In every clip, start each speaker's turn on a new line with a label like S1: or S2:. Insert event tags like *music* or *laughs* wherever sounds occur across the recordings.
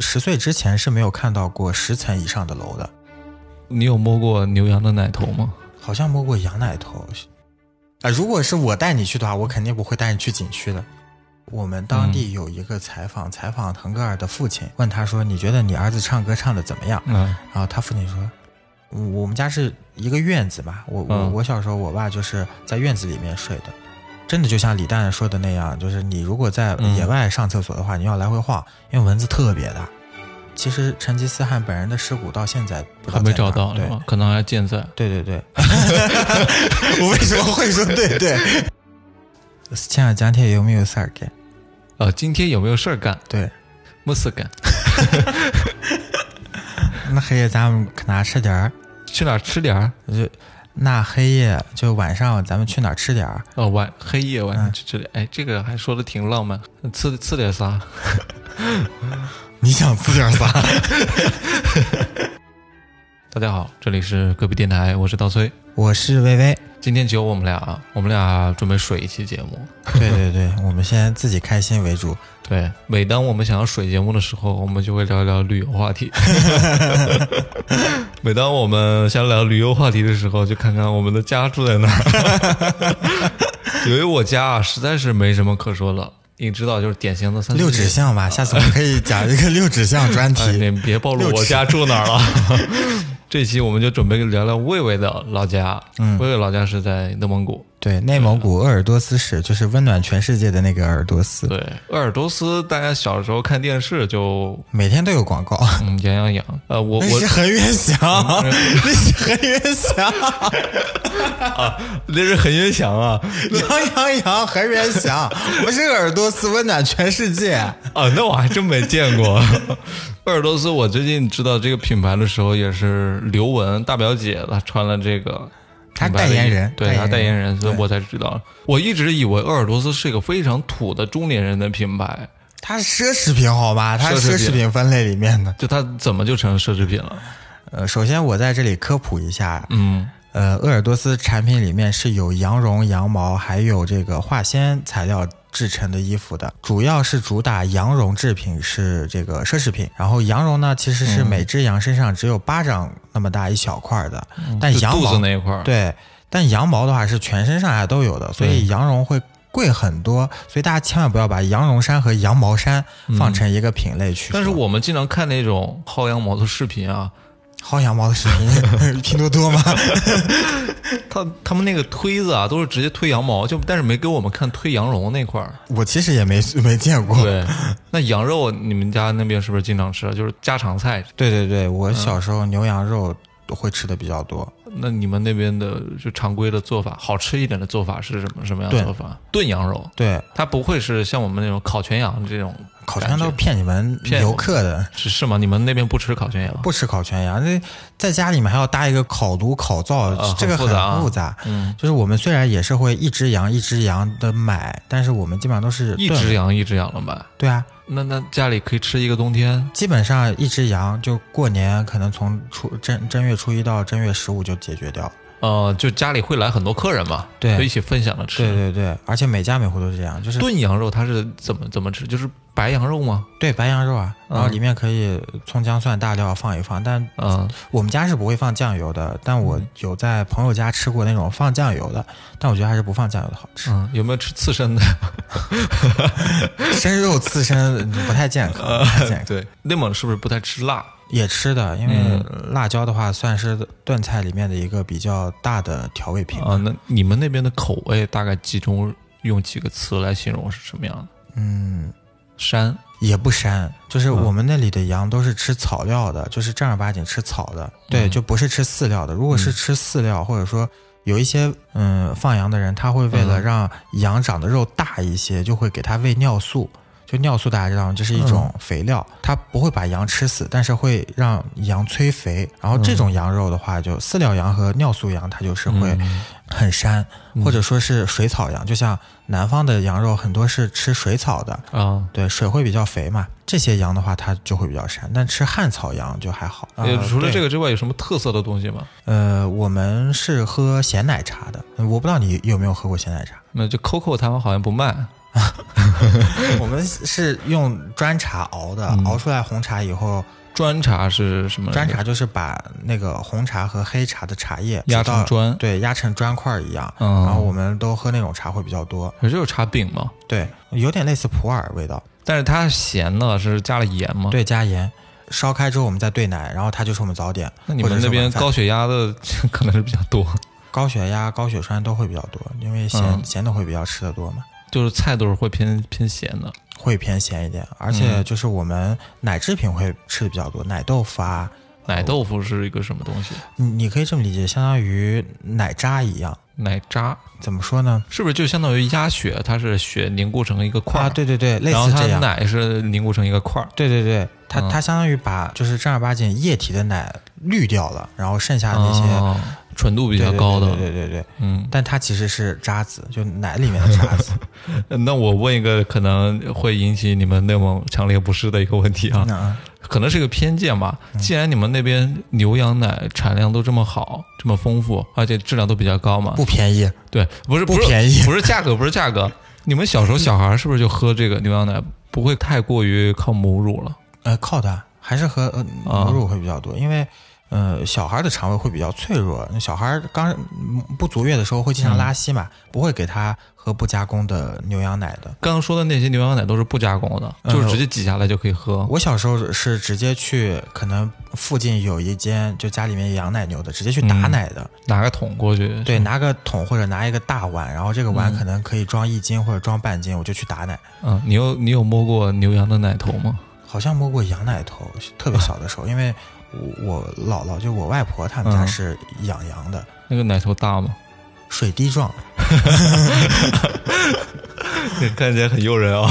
S1: 十岁之前是没有看到过十层以上的楼的，
S2: 你有摸过牛羊的奶头吗？
S1: 好像摸过羊奶头。啊，如果是我带你去的话，我肯定不会带你去景区的。我们当地有一个采访，采访腾格尔的父亲，问他说：“你觉得你儿子唱歌唱的怎么样？”
S2: 嗯
S1: 然啊后他父亲说：“嗯我们家是一个院子嘛，我我
S2: 嗯
S1: 我小时候，我爸就是在院子里面睡的，真的就像李诞说的那样，就是你如果在
S2: 嗯
S1: 野外上厕所的话，你要来回晃，因为蚊子特别大。其实成吉思汗本人的尸骨到现在不知道
S2: 还没
S1: 在哪
S2: 找
S1: 儿
S2: 到
S1: 对
S2: 是吧？可能还健在。
S1: 对对 *laughs* 对，我为什么会说对对？斯切尔加铁有没有事儿干？
S2: 呃，今天有没有事儿干？
S1: 对，
S2: 没事干，
S1: 那黑夜咱们去哪吃点儿？
S2: 去哪儿吃点儿？
S1: 就那黑夜就晚上咱们去哪儿吃点儿？
S2: 哦，晚黑夜晚上去吃点。哎，这个还说的挺浪漫，吃吃点啥？
S1: 你想吃点啥？
S2: 大家好，这里是隔壁电台，我是刀崔。
S1: 我是薇薇。
S2: 今天只有我们俩啊，我们俩准备水一期节目。
S1: 对对对，我们先自己开心为主。
S2: 对，每当我们想要水节目的时候，我们就会聊一聊旅游
S1: *laughs*
S2: 话题。每当我们想聊旅游话题的时候，就看看我们的家住在哪儿。由于我家啊，实在是没什么可说了，你知道，就是典型的
S1: *laughs*
S2: 三
S1: 六指 *laughs*
S2: 巷。
S1: 向吧，下次我们可以讲一个六指向专 *laughs*
S2: 哎，你
S1: 题。
S2: 别暴露我家住哪儿了。这期我们就准备聊聊魏魏的老家。
S1: 嗯
S2: 魏魏老家是在内蒙古。
S1: 对，内蒙古鄂尔多斯市就是温暖全世界的那个鄂尔多斯，
S2: 对，鄂尔多斯，大家小时候看电视就
S1: 每天都有广告。
S2: 嗯痒痒痒。呃，我
S1: 那
S2: 我
S1: 是恒源 *laughs* 祥，那是恒源祥， *laughs*
S2: 那是很远想啊
S1: 羊羊羊，恒源 *laughs* 祥，不是鄂尔多斯，温暖全世界。
S2: 啊，那我还真没见 *laughs* 过。鄂尔多斯，我最近知道这个品牌的时候，也是刘雯大表姐她穿了这个
S1: 她
S2: 品牌的衣。
S1: 代言人
S2: 对，她
S1: 代
S2: 代
S1: 言
S2: 言人，所以我才知道。我一直以为鄂尔多斯是一个非常土的中年人的品牌，
S1: 它是奢侈品好吧？它
S2: 奢
S1: 是
S2: 侈
S1: 奢
S2: 品
S1: 侈品分类里面的。
S2: 就它怎么就成奢侈品了？
S1: 呃，首先我在这里科普一下，
S2: 嗯，
S1: 呃，鄂尔多斯产品里面是有羊绒、羊毛，还有这个化纤材料制成的衣服的，主要是主打羊绒制品是这个奢侈品。然后羊绒呢，其实
S2: 嗯
S1: 是每只羊身上只有巴掌那么大一小块儿的，但
S2: 嗯就
S1: 羊
S2: 肚
S1: 毛
S2: 子那一块儿，
S1: 对，但羊毛的话是全身上下都有的，所以羊绒会。贵很多，所以大家千万不要把羊绒衫和羊毛衫放成一个品类去说、
S2: 嗯但是我们经常看那种薅羊毛的视频啊，
S1: 薅羊毛的视频， *laughs* 拼多多吗？
S2: 他他们那个推子啊，都是直接推羊毛，就但是没给我们看推羊绒那块儿。
S1: 我其实也没没见过。
S2: 对， *laughs* 那羊肉你们家那边是不是经常吃？啊就是家常菜。
S1: 对对对，我
S2: 嗯
S1: 小时候牛羊肉会吃的比较多，
S2: 那你们那边的就常规的做法，好吃一点的做法是什么什么样的
S1: 炖
S2: 做法？炖羊肉，
S1: 对，
S2: 它不会是像我们那种烤全羊这种
S1: 烤全羊都是
S2: 感觉
S1: 骗你们
S2: 骗
S1: 游客的。
S2: 是是吗？你们那边不吃烤全羊？
S1: 不吃烤全羊，那在家里面还要搭一个烤炉、烤灶，
S2: 啊
S1: 这个很
S2: 很复杂啊
S1: 复杂。
S2: 嗯，
S1: 就是我们虽然也是会一只羊一只羊的买，但是我们基本上都是
S2: 一
S1: 炖
S2: 只羊一只羊了买。
S1: 对啊，
S2: 那那家里可以吃一个冬天，
S1: 基本上一只羊就过年可能从初正正月初一到正月十五就解决掉了。
S2: 呃，就家里会来很多客人嘛，
S1: 对
S2: 就一起分享着吃。
S1: 对对对，而且每家每户都是这样，就是
S2: 炖羊肉它是怎么怎么吃？就是白羊肉吗？
S1: 对白羊肉啊，然后
S2: 嗯
S1: 里面可以葱姜蒜大料放一放，但
S2: 嗯，
S1: 我们家是不会放酱油的，但我有在朋友家吃过那种放酱油的，但我觉得还是不放酱油的好吃。
S2: 嗯，有没有吃刺身的？
S1: *laughs*
S2: *laughs*
S1: 生肉刺身不太健康，不太健康。
S2: 对，内蒙是不是不太吃辣？
S1: 也吃的，因为辣椒的话算是炖菜里面的一个比较大的调味品。
S2: 啊，那你们那边的口味大概集中用几个词来形容是什么样的？
S1: 嗯，
S2: 膻，
S1: 也不膻，就是
S2: 嗯
S1: 我们那里的羊都是吃草料的，就是正儿八经吃草的，对，
S2: 嗯
S1: 就不是吃饲料的。如果是吃饲料，或者说有一些嗯放羊的人，他会为了
S2: 嗯
S1: 让羊长得肉大一些，就会给它喂尿素。就尿素大家知道吗？这是一种
S2: 嗯
S1: 肥料，它不会把羊吃死，但是会让羊催肥。然后这种羊肉的话，就饲料羊和尿素羊，它就是
S2: 嗯
S1: 会很膻，或者说是水草羊。就像南方的羊肉很多是吃水草的，
S2: 啊，
S1: 对，水会比较肥嘛。这些羊的话，它就会比较膻，但吃汉草羊就还好。
S2: 呃除了这
S1: 个，
S2: 个之外，有什么特色的东西吗？
S1: 呃，我们是喝
S2: *laughs*
S1: 咸奶茶的，嗯我不知道你有没有喝过咸奶茶。
S2: 那就 COCO 他们好像不卖，
S1: 我们是用砖茶熬的，
S2: 嗯
S1: 熬出来红茶以后，
S2: 砖茶是什么？
S1: 砖茶就是把那个红茶和黑茶的茶叶
S2: 压
S1: 挤到
S2: 成砖
S1: 对，压成砖块儿一样。
S2: 嗯
S1: 然后我们都喝那种茶会比较多，
S2: 可是有茶饼吗？
S1: 对，有点类似普洱味道。
S2: 但是它咸的，是加了盐吗？，
S1: 对，加盐，烧开之后我们再兑奶，然后它就是我们早点。
S2: 那你
S1: 或
S2: 们
S1: 者是
S2: 那边
S1: 晚饭
S2: 高血压的可能是比较多，
S1: 高血压、高血栓都会比较多，因为咸、
S2: 嗯
S1: 咸的会比较吃的多嘛，
S2: 就是菜都是会偏偏咸的。
S1: 会偏咸一点。而且
S2: 嗯
S1: 就是我们奶制品会吃的比较多，奶豆腐啊，
S2: 奶豆腐是一个什么东西？
S1: 你你可以这么理解，相当于奶渣一样。
S2: 奶渣
S1: 怎么说呢？
S2: 是不是就相当于鸭血？它是血凝固成一个块儿、
S1: 啊，对对对，类
S2: 然后
S1: 似
S2: 它
S1: 这样。
S2: 奶是凝固成一个块儿。
S1: 对对对，它、
S2: 嗯
S1: 它相当于把就是正儿八经液体的奶滤掉了，然后剩下啊的那些、
S2: 哦纯度比
S1: 对
S2: 较
S1: 对
S2: 高的，
S1: 对对对对对，
S2: 嗯，
S1: 但它其实是渣子，就奶里面
S2: *laughs*
S1: 的渣子。
S2: 呃那我问一个可能会引起你们那么强烈不适的一个问题啊，
S1: 嗯，
S2: 可能是个偏见吧。既然你们那边牛羊奶产量都这么好，这么丰富，而且质量都比较高嘛，
S1: 不便宜，
S2: 对，不是
S1: 不
S2: 是
S1: 便宜
S2: 不是价格，不是价格。你们小时候小孩是不是就喝这个牛羊奶，不会太过于靠母乳了？
S1: 呃，靠的还是和呃
S2: 啊
S1: 母乳会比较多，因为呃小孩的肠胃会比较脆弱，那小孩刚嗯不足月的时候会经常拉稀嘛，不会给他喝不加工的牛羊奶的。
S2: 刚刚说的那些牛羊奶都是不加工的，
S1: 嗯
S2: 就是直接挤下来就可以喝。
S1: 我小时候是直接去，可能附近有一间就家里面养奶牛的，直接去打
S2: 嗯
S1: 奶的。
S2: 拿个桶过去，
S1: 对，拿个桶或者拿一个大碗，然后这个碗
S2: 嗯
S1: 可能可以装一斤或者装半斤，我就去打奶。
S2: 嗯，你有你有摸过牛羊的奶头吗？
S1: 好像摸过羊奶头，特别小的时候，因为我我姥姥就我外婆他们家
S2: 嗯
S1: 是养羊的，
S2: 那个奶头大 *laughs* 吗？
S1: 水滴状。
S2: 看起来很诱人 *laughs* 啊、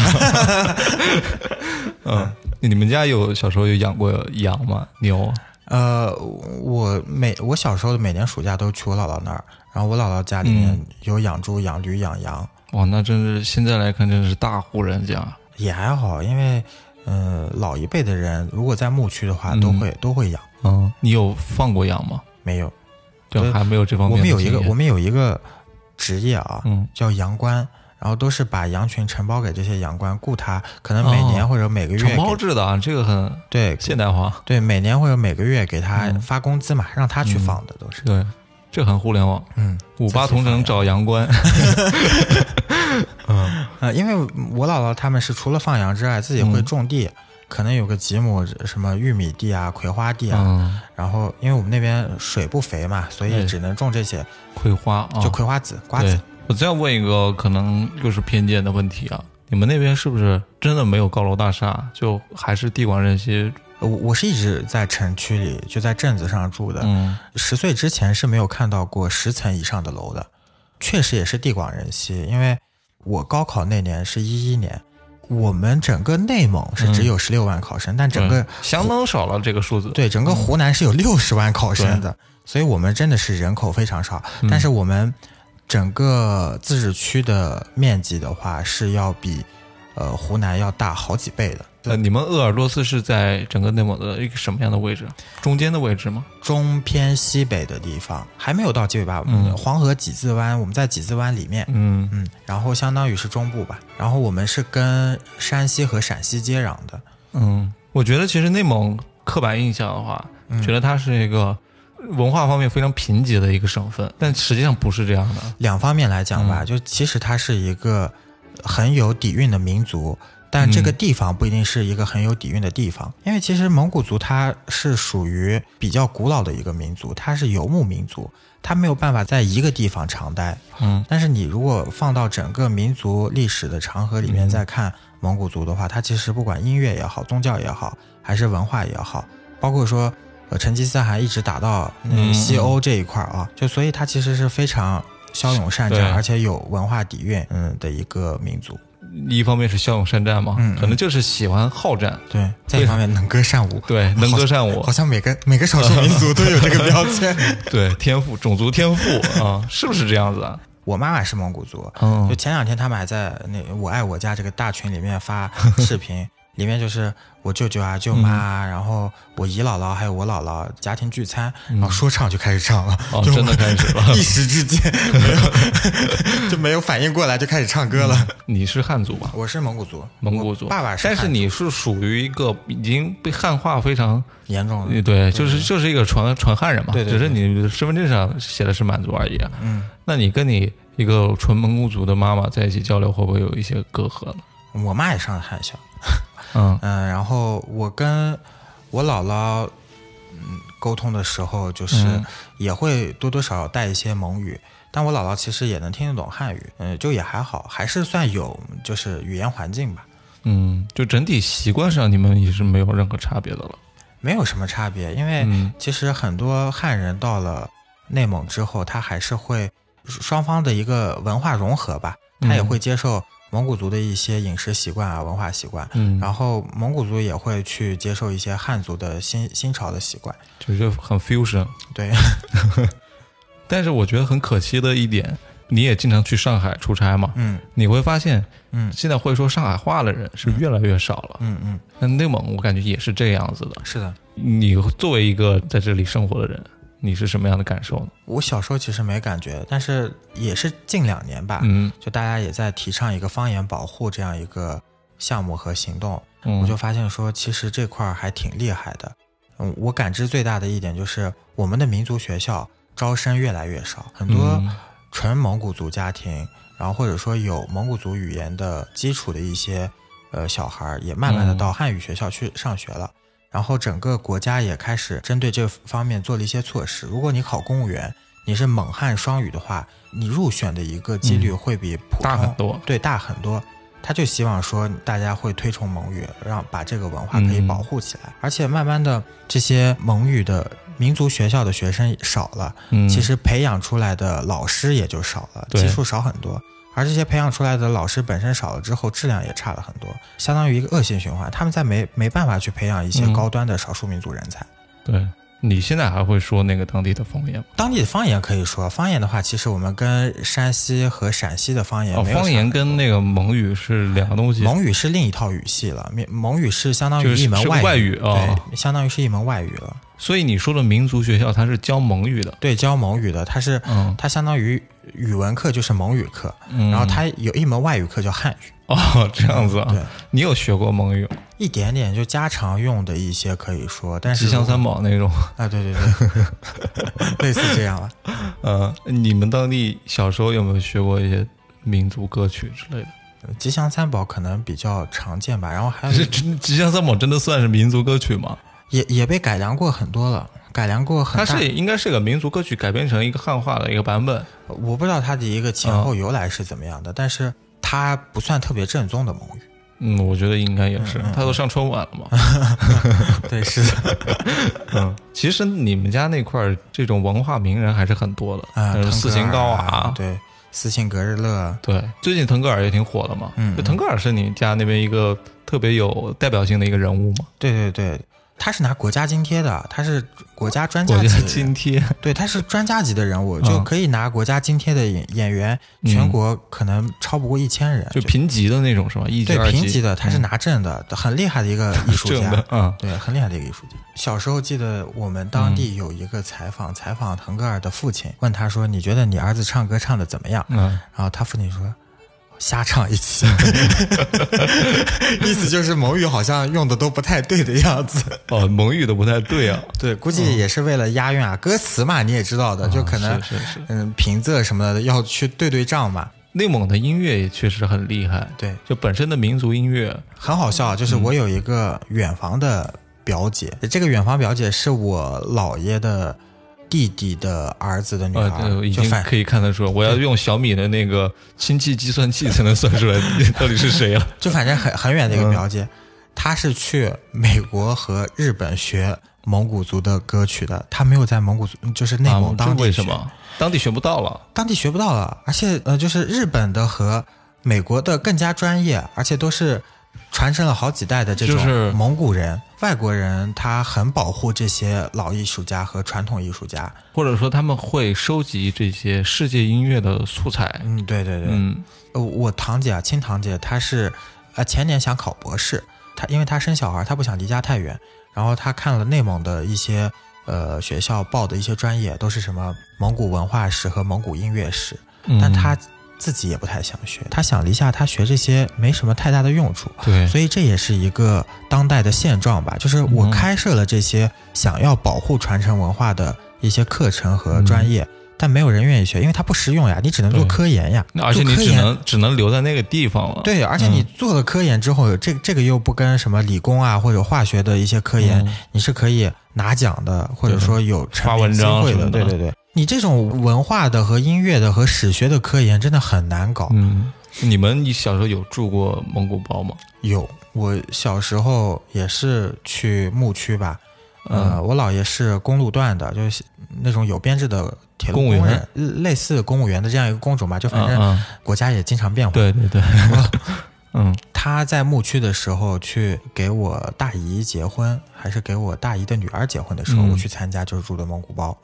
S2: 嗯，你们家有小时候有养过羊吗？牛？啊
S1: 呃，我每我小时候每年暑假都去我姥姥那儿，然后我姥姥家里面
S2: 嗯
S1: 有养猪、养驴、养羊，
S2: 哇，那真是现在来看，真是大户人家。啊
S1: 也还好，因为呃老一辈的人如果在牧区的话，
S2: 嗯
S1: 都会、都会养。
S2: 嗯，你有放过羊吗？
S1: 没有，
S2: 就
S1: 对
S2: 还没有这方
S1: 我
S2: 面的
S1: 们有
S2: 经
S1: 一
S2: 验。
S1: 个我们有一个职业啊，
S2: 嗯
S1: 叫羊倌。然后都是把羊群承包给这些羊倌，雇他，可能每
S2: 哦
S1: 年或者每个月给、
S2: 承包制的啊，这个很
S1: 对
S2: 现代化。
S1: 对，每年或者每个月给他
S2: 嗯
S1: 发工资嘛，让他去
S2: 嗯
S1: 放的都是。
S2: 对，这很互联网。
S1: 嗯，
S2: 五八同城找羊倌。嗯
S1: 呃，因为我姥姥他们是除了放羊之外，自己会
S2: 嗯
S1: 种地，可能有个几亩什么玉米地啊、葵花地啊。
S2: 嗯，
S1: 然后，因为我们那边水不肥嘛，所以
S2: 对
S1: 只能种这些，
S2: 葵花啊，
S1: 就葵花籽、瓜
S2: 对
S1: 子。，
S2: 我再问一个可能又是偏见的问题啊，你们那边是不是真的没有高楼大厦，就还是地广人稀？
S1: 呃我我是一直在城区里，就在镇子上住的。
S2: 嗯，
S1: 十、岁之前是没有看到过十层以上的楼的，确实也是地广人稀。因为我高考那年是一一年，我们整个内蒙是只
S2: 嗯
S1: 有十六万考生，但整个
S2: 对相当少了这个数字。，
S1: 对，整个湖南是有六十万考生的，所以我们真的是人口非常少。
S2: 嗯
S1: 但是我们整个自治区的面积的话，是要比呃湖南要大好几倍的。
S2: 呃，你们鄂尔多斯是在整个内蒙的一个什么样的位置？中间的位置吗？
S1: 中偏西北的地方还没有到极北吧？
S2: 嗯
S1: 黄河几字湾，我们在几字湾里面。
S2: 嗯，
S1: 嗯，然后相当于是中部吧，然后我们是跟山西和陕西接壤的，
S2: 嗯，我觉得其实内蒙刻板印象的话，
S1: 嗯
S2: 觉得它是一个文化方面非常贫瘠的一个省份，但实际上不是这样的。
S1: 两方面来讲吧，就其实它是一个很有底蕴的民族，但这个地方不一定是一个很有底蕴的地方，因为其实蒙古族它是属于比较古老的一个民族，它是游牧民族，它没有办法在一个地方长待。
S2: 嗯，
S1: 但是你如果放到整个民族历史的长河里
S2: 嗯
S1: 面再看蒙古族的话，它其实不管音乐也好，宗教也好，还是文化也好，包括说。呃，成吉思汗一直打到嗯
S2: 嗯
S1: 西欧这一块儿啊，就所以它其实是非常骁勇善
S2: 对
S1: 战，而且有文化底蕴嗯的一个民族。
S2: 一方面是骁勇善战嘛，
S1: 嗯嗯
S2: 可能就是喜欢好战，
S1: 对，在一
S2: 对
S1: 方面能歌善舞，
S2: 对，
S1: *laughs*
S2: 能歌善舞
S1: 好，像每个每个少数民族都有这个标签。
S2: *laughs* 对，天赋，种族
S1: *laughs*
S2: 天赋啊，是不是这样子啊？
S1: 我妈妈是蒙古族，
S2: 嗯 *laughs*
S1: 就前两天他们还在那“我爱我家”这个大群里面发视频，里面就是我舅舅啊、舅妈
S2: 嗯
S1: 啊，然后我姨姥姥还有我姥姥家庭聚餐，然后说唱就开始唱了，
S2: 嗯哦
S1: 就
S2: 真的
S1: *laughs*
S2: 开始了
S1: 一时之间没有 *laughs* 就没有反应过来，就开始唱歌了。
S2: 你是汉族吧？
S1: 我是蒙古族，
S2: 嗯蒙古族，
S1: 我爸爸是汉
S2: 但
S1: 族，
S2: 是你是属于一个已经被汉化非常，
S1: 严重的，
S2: 对，就是就是一个纯纯汉人嘛，
S1: 嗯对对
S2: 只是你身份证上写的是满族而已。嗯，那你跟你一个纯蒙古族的妈妈在一起交流，会不会有一些隔阂呢？
S1: 我妈也上海校，
S2: 嗯，
S1: 嗯，然后我跟我姥姥嗯沟通的时候，就是
S2: 嗯
S1: 也会多多少少带一些蒙语，但我姥姥其实也能听得懂汉语，嗯，就也还好，还是算有就是语言环境吧，
S2: 嗯，就整体习惯上你们也是没有任何差别的了。
S1: 没有什么差别。因为
S2: 嗯
S1: 其实很多汉人到了内蒙之后，他还是会双方的一个文化融合吧，他也
S2: 嗯
S1: 会接受蒙古族的一些饮食习惯啊、文化习惯。
S2: 嗯，
S1: 然后蒙古族也会去接受一些汉族的新新潮的习惯，
S2: 就是很 fusion。
S1: 对，
S2: 但是我觉得很可惜的一点，你也经常去上海出差嘛，
S1: 嗯
S2: 你会发现
S1: 嗯
S2: 现在会说上海话的人是越来越少了。
S1: 嗯嗯，
S2: 那内蒙我感觉也是这样子的。
S1: 是的。
S2: 你作为一个在这里生活的人，你是什么样的感受呢？
S1: 我小时候其实没感觉，但是也是近两年吧，
S2: 嗯，
S1: 就大家也在提倡一个方言保护这样一个项目和行动，
S2: 我
S1: 我就发现说，其实这块儿还挺厉害的。嗯，我感知最大的一点就是，我们的民族学校招生越来越少，很多
S2: 嗯
S1: 纯蒙古族家庭，然后或者说有蒙古族语言的基础的一些呃小孩儿，也慢慢的
S2: 嗯
S1: 到汉语学校去上学了。然后整个国家也开始针对这方面做了一些措施。如果你考公务员，你是蒙汉双语的话，你入选的一个几率会比普通、
S2: 嗯大很多
S1: 对大很多。他就希望说大家会推崇蒙语，让把这个文化可
S2: 嗯
S1: 以保护起来。而且慢慢的，这些蒙语的民族学校的学生少了，
S2: 嗯
S1: 其实培养出来的老师也就少了，
S2: 对
S1: 基数少很多。而这些培养出来的老师本身少了之后，质量也差了很多，相当于一个恶性循环。他们在没没办法去培养一些
S2: 嗯
S1: 高端的少数民族人才。
S2: 对。你现在还会说那个当地的方言吗？
S1: 当地的方言可以说，方言的话，其实我们跟山西和陕西的方言
S2: 哦，
S1: 没有
S2: 方言跟那个蒙语是两个东西。
S1: 蒙语是另一套语系了，蒙蒙语是相当
S2: 就
S1: 于
S2: 是
S1: 一门
S2: 是
S1: 外
S2: 外语哦
S1: 对，相当于是一门外语了。
S2: 所以你说的民族学校，它是教蒙语的。
S1: 对，教蒙语的，它是、
S2: 嗯
S1: 它相当于语文课就是蒙语课，
S2: 嗯，
S1: 然后它有一门外语课叫汉语，
S2: 哦，这样子啊
S1: 对，
S2: 你有学过蒙语吗？
S1: 一点点就家常用的一些可以说，但是
S2: 吉祥三宝那种。
S1: 啊，对对对， *laughs* 类似这样了。
S2: 呃，你们当地小时候有没有学过一些民族歌曲之类的？
S1: 吉祥三宝可能比较常见吧，然后还有
S2: 这真吉祥三宝真的算是民族歌曲吗？
S1: 也也被改良过很多了，改良过很
S2: 它
S1: 大。
S2: 是应该是个民族歌曲改编成一个汉化的一个版本。
S1: 我不知道它的一个前
S2: 哦
S1: 后由来是怎么样的，但是它不算特别正宗的蒙语。 *laughs*
S2: 嗯，我觉得应该也是，
S1: 嗯
S2: 它都上春晚了嘛。
S1: 对，是的，
S2: 嗯，其实你们家那块儿这种文化名人还是很多的，
S1: 啊，
S2: 嗯，
S1: 腾
S2: 斯
S1: 格
S2: 琴
S1: 尔
S2: 高
S1: 啊
S2: 娃，
S1: 对，斯琴格日乐，
S2: 对，最近腾格尔也挺火的嘛。
S1: 嗯
S2: 就腾格尔是你家那边一个特别有代表性的一个人物嘛，
S1: 对对对，他是拿国家津贴的，他是国家专家啊
S2: 国
S1: 级
S2: 家
S1: 的人，
S2: 津贴。
S1: 对，他是专家级的人物，
S2: 嗯
S1: 就可以拿国家津贴的演演员，
S2: 嗯
S1: 全国可能超不过一千人，
S2: 就评级的那种是吧？一级、
S1: 对
S2: 二
S1: 评级
S2: 级
S1: 的，他是拿证的，很厉害的一个艺
S2: *laughs*
S1: 术
S2: 这样
S1: 家，
S2: 的，嗯，
S1: 对，很厉害的一个艺术家。小时候记得我们当地有一个采访，采访腾格尔的父亲，问他说：“你觉得你儿子唱歌唱的怎么样？”
S2: 嗯，
S1: 然后他父亲说：“瞎唱一
S2: *laughs*
S1: 起。” *laughs* 意思就是蒙语好像用的都不太对的样子。
S2: 哦，蒙语的不太对啊，
S1: 对，估计也是为了押韵啊，歌词嘛你也知道的， *laughs* 就可能、
S2: 是是是。
S1: 嗯平仄什么的要去对对仗嘛。
S2: 内蒙的音乐也确实很厉害，
S1: 对，
S2: 就本身的民族音乐，
S1: 很好笑，啊就是
S2: 嗯
S1: 我有一个远房的表姐，这个远房表姐是我姥爷的弟弟的儿子的女
S2: 呃
S1: 儿，，
S2: 对已
S1: 就
S2: 经
S1: 反
S2: 可以看得出来，我要用小米的那个亲戚计算器才能算
S1: *laughs*
S2: 出来到底是谁啊了。
S1: 就反正很很远的一
S2: 嗯
S1: 个表姐，她是去美国和日本学蒙古族的歌曲的，她没有在蒙古族，就是内蒙
S2: 啊
S1: 当
S2: 这
S1: 地
S2: 为
S1: 学
S2: 什？么当地学不到了？
S1: 当地学不到了，而且呃，就是日本的和美国的更加专业，而且都是。传承了好几代的这
S2: 就是
S1: 种蒙古人、外国人，他很保护这些老艺术家和传统艺术家。
S2: 或者说他们会收集这些世界音乐的素材？
S1: 嗯，对对对，
S2: 嗯
S1: 呃，我堂姐啊，亲堂姐，她是呃前年想考博士，他因为他生小孩，他不想离家太远，然后他看了内蒙的一些呃学校报的一些专业，都是什么蒙古文化史和蒙古音乐史，
S2: 嗯
S1: 但他自己也不太想学，他想离下，他学这些没什么太大的用处。
S2: 对，
S1: 所以这也是一个当代的现状吧，就是我
S2: 嗯
S1: 开设了这些想要保护传承文化的一些课程和专业，但没有人愿意学，因为它不实用呀，你只能做
S2: 嗯对嗯
S1: 科研呀，
S2: 那而且你
S1: 做科
S2: 只
S1: 研
S2: 能只能留在那个地方了。
S1: 对，而且你做了科研之后，这这个又不跟什么理工啊或者化学的一些科研，
S2: 嗯
S1: 你是可以拿奖的，或者说有
S2: 发
S1: 成
S2: 文
S1: 名机
S2: 章
S1: 会
S2: 什么的
S1: 对对对，你这种文化的和音乐的和史学的科研真的很难搞。
S2: 嗯，你们你小时候有住过蒙古包吗？
S1: 有，我小时候也是去牧区吧，呃，
S2: 嗯
S1: 我姥爷是公路段的，就是那种有编制的铁路
S2: 公务
S1: 工
S2: 员
S1: 人，类似公务员的这样一个工种吧，就反
S2: 嗯
S1: 正
S2: 嗯，
S1: 国家也经常变化。
S2: 对
S1: *laughs*
S2: 对对，嗯
S1: 他在牧区的时候去给我大姨结婚，还是给我大姨的女儿结婚的时候，
S2: 嗯
S1: 我去参加，就是住的蒙古包，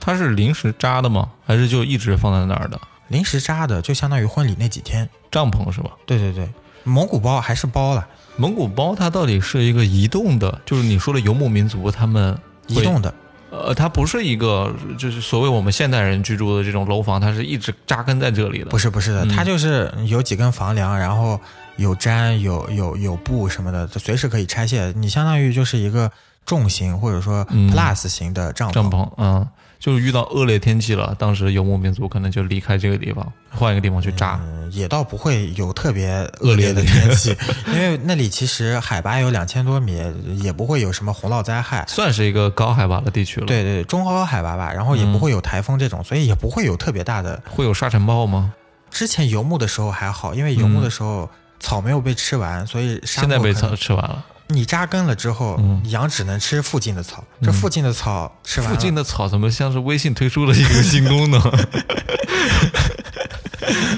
S2: 它是临时扎的吗？还是就一直放在那儿的
S1: 临时扎的，就相当于婚礼那几天。
S2: 帐篷是吧？
S1: 对对对，蒙古包还是包了，
S2: 蒙古包它到底是一个移动的，就是你说的游牧民族，他们会
S1: 移动的。
S2: 呃，它不是一个就是所谓我们现代人居住的这种楼房，它是一直扎根在这里的。
S1: 不
S2: 是，
S1: 是不是的，
S2: 嗯
S1: 它就是有几根房梁，然后有毡、有有有布什么的，就随时可以拆卸。你相当于就是一个重型或者说
S2: 嗯
S1: plus 型的帐篷，
S2: 帐篷，嗯，就是遇到恶劣天气了，当时游牧民族可能就离开这个地方，换一个地方去扎。
S1: 嗯，也倒不会有特别恶劣的天气，因为那里其实海拔有两千多米，也不会有什么洪涝灾害。
S2: 算是一个高海拔的地区了。，
S1: 对对，对中高海拔吧，然后
S2: 嗯
S1: 也不会有台风这种，所以也不会有特别大的。
S2: 会有沙尘暴吗？
S1: 之前游牧的时候还好，因为游牧的时候草没有被吃完，所以沙
S2: 嗯现在
S1: 漠
S2: 被
S1: 可能
S2: 吃吃完了，
S1: 你扎根了之后，
S2: 嗯
S1: 羊只能吃附近的草，这
S2: 嗯
S1: 附近的草吃完
S2: 附
S1: 了，
S2: 近的草怎么像是微信推出了一个 *laughs* 新功能？
S1: *laughs*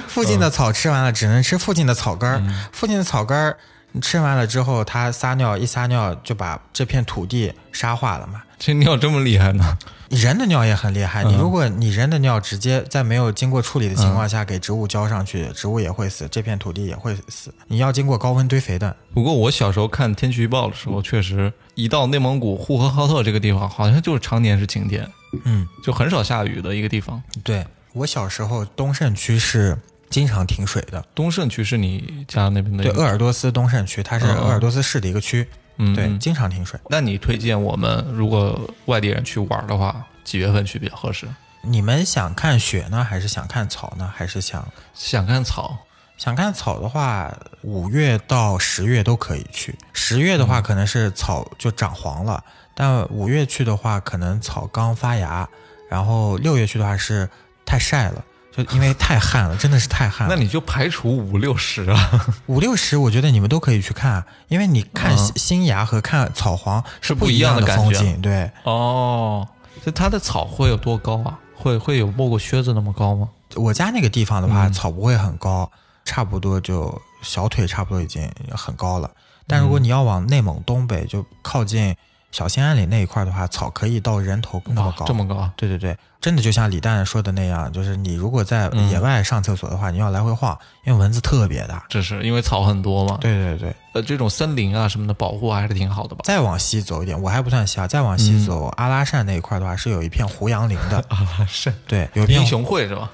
S1: 附近的草吃完了，只能吃附近的草根儿。
S2: 嗯
S1: 附近的草根儿吃完了之后，它撒尿一撒尿就把这片土地沙化了嘛。
S2: 这尿这么厉害呢？
S1: 人的尿也很厉害，你
S2: 嗯
S1: 如果你人的尿直接在没有经过处理的情况下给植物浇上去，植物也会死，这片土地也会死。你要经过高温堆肥的，
S2: 不过我小时候看天气预报的时候，确实一到内蒙古呼和浩特这个地方，好像就是常年是晴天，
S1: 嗯，
S2: 就很少下雨的一个地方。
S1: 对我小时候东胜区是经常停水的，
S2: 东胜区是你家那边的一
S1: 对，呃
S2: 个，
S1: 鄂尔多斯东胜区，它是
S2: 嗯嗯
S1: 鄂尔多斯市的一个区，
S2: 嗯，
S1: 对，
S2: 嗯
S1: 经常停水。
S2: 那你推荐我们如果外地人去玩的话，几月份去比较合适？
S1: 你们想看雪呢，还是想看草呢，还是想
S2: 想看草，
S1: 想看草的话，五月到十月都可以去。十月的话，
S2: 嗯
S1: 可能是草就长黄了，但五月去的话，可能草刚发芽。然后六月去的话是太晒了，就因为太旱了，真的是太旱
S2: 那
S1: 了。
S2: 你就排除五六十啊，
S1: 五六十，我觉得你们都可以去看，啊因为你看
S2: 嗯
S1: 新新芽和看草黄
S2: 是
S1: 不
S2: 不一
S1: 样
S2: 样的感
S1: 风
S2: 觉
S1: 景。对，
S2: 哦，就它的草会有多高啊？会会有没过靴子那么高吗？
S1: 我家那个地方的话，
S2: 嗯
S1: 草不会很高，差不多就小腿差不多已经很高了。但如果你要往内蒙东北，就靠近小兴安岭那一块的话，草可以到人头那么
S2: 哇
S1: 高。
S2: 这么高啊？
S1: 对对对，真的就像李诞说的那样，就是你如果在
S2: 嗯
S1: 野外上厕所的话，你要来回晃，因为蚊子特别大。
S2: 这是因为草很多嘛？，
S1: 对对对，
S2: 呃，这种森林啊什么的保护还是挺好的吧？。
S1: *laughs* 再往西走一点，我还不算西啊，再往西走、阿拉善那一块的话，是有一片胡杨林的
S2: *laughs* 啊，是
S1: 对，有一片
S2: 英雄会是吧？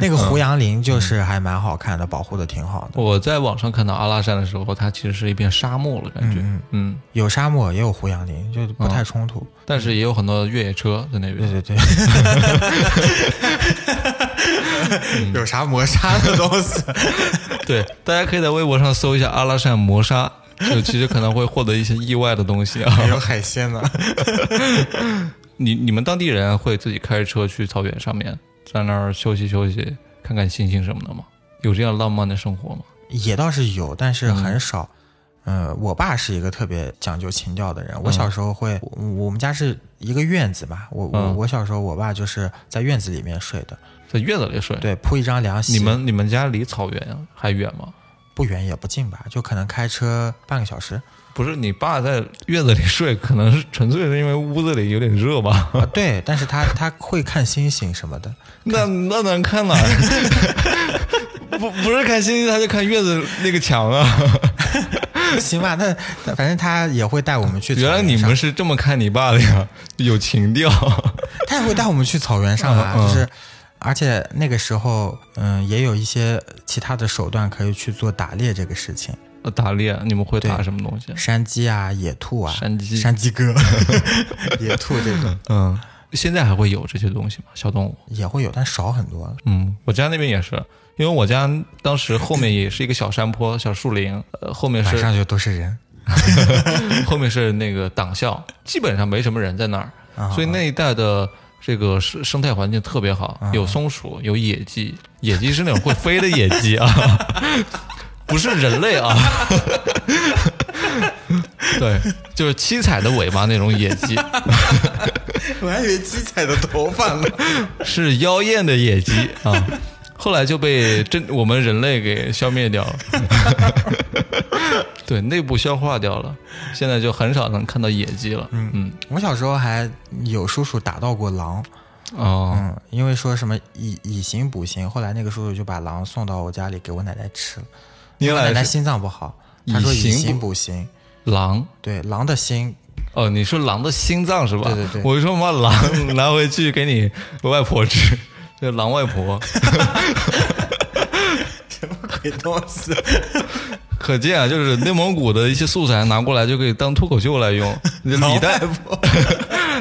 S1: 那个胡杨林
S2: 嗯
S1: 就是还蛮好看的，保护的挺好的。
S2: 我在网上看到阿拉善的时候，它其实是一片沙漠了，感觉，
S1: 嗯
S2: 嗯
S1: 有沙漠也有胡杨林，就不
S2: 哦
S1: 太冲突。
S2: 但是也有很多越野车在那边。
S1: 对对
S2: 嗯
S1: 对，有啥磨砂的东
S2: *laughs*
S1: 西？
S2: 对，大家可以在微博上搜一下阿拉善磨砂，就其实可能会获得一些意外的东西啊。 *laughs*
S1: 还有海鲜呢？
S2: 你你们当地人会自己开着车去草原上面，在那儿休息休息，看看星星什么的吗？有这样浪漫的生活吗？
S1: 也倒是有，但是很少。嗯，我爸是一个特别讲究情调的人。我小时候会，我我们家是一个院子嘛，我我
S2: 嗯
S1: 我小时候，我爸就是在院子里面睡的，
S2: 在院子里睡？
S1: 对，铺一张凉席。
S2: 你们你们家离草原啊还远吗？
S1: 不远也不近吧，就可能开车半个小
S2: *laughs*
S1: 时。
S2: 不是你爸在院子里睡，可能是纯粹是因为屋子里有点热吧？
S1: 啊，对，但是他他会看星星什么的。
S2: 那那能看哪 *laughs* 儿？不不是看星星，他就看院子那个墙啊。
S1: *laughs* 行吧，那那反正他也会带我们去草原
S2: 原
S1: 上。
S2: 来你们是这么看你爸的呀，有情调。
S1: 他也会带我们去草原上啊，
S2: 嗯嗯
S1: 就是，而且那个时候，嗯，也有一些其他的手段可以去做打猎这个事情，
S2: 呃 *laughs* 打猎，你们会打
S1: 对
S2: 什么东西？
S1: 山鸡啊、野兔啊、
S2: 山鸡
S1: 山鸡哥、 *laughs* 野兔这
S2: *laughs*
S1: 种
S2: 嗯，现在还会有这些东西吗？小动物？
S1: 也会有，但少很多了。
S2: 嗯，我家那边也是，因为我家当时后面也是一个小山坡、小树林，呃，后面
S1: 晚
S2: 是
S1: 上就都是人，
S2: 后面是那个党校，基本上没什么人在那儿，
S1: 啊
S2: 所以那一带的这个生生态环境特别好，
S1: 啊
S2: 有松鼠，有野鸡，野鸡是那种会飞的野鸡
S1: *laughs*
S2: 啊，不是人类啊。 *laughs* 对，就是七彩的尾巴那种野鸡，
S1: *laughs* 我还以为七彩的头发呢。
S2: 是妖艳的野鸡啊。后来就被真我们人类给消灭掉了， *laughs* 对，内部消化掉了，现在就很少能看到野鸡了。嗯嗯，
S1: *laughs* 我小时候还有叔叔打到过狼，
S2: 哦，
S1: 嗯，因为说什么以以形补形，后来那个叔叔就把狼送到我家里给我奶奶吃了。
S2: 你
S1: 我
S2: 奶
S1: 奶
S2: 奶
S1: 奶
S2: 是
S1: 心脏不好，她说
S2: 以
S1: 以
S2: 形
S1: 形
S2: 补
S1: 补形，
S2: 狼
S1: 对，狼的心 *laughs*
S2: 哦，你说狼的心脏是吧？
S1: 对对对
S2: 我就说我把狼拿回去给你外婆吃， *laughs* 这狼外婆，
S1: 鬼东西。
S2: 可见啊，就是内蒙古的一些素材拿过来就可以当脱口秀来
S1: *laughs*
S2: 用。李诞，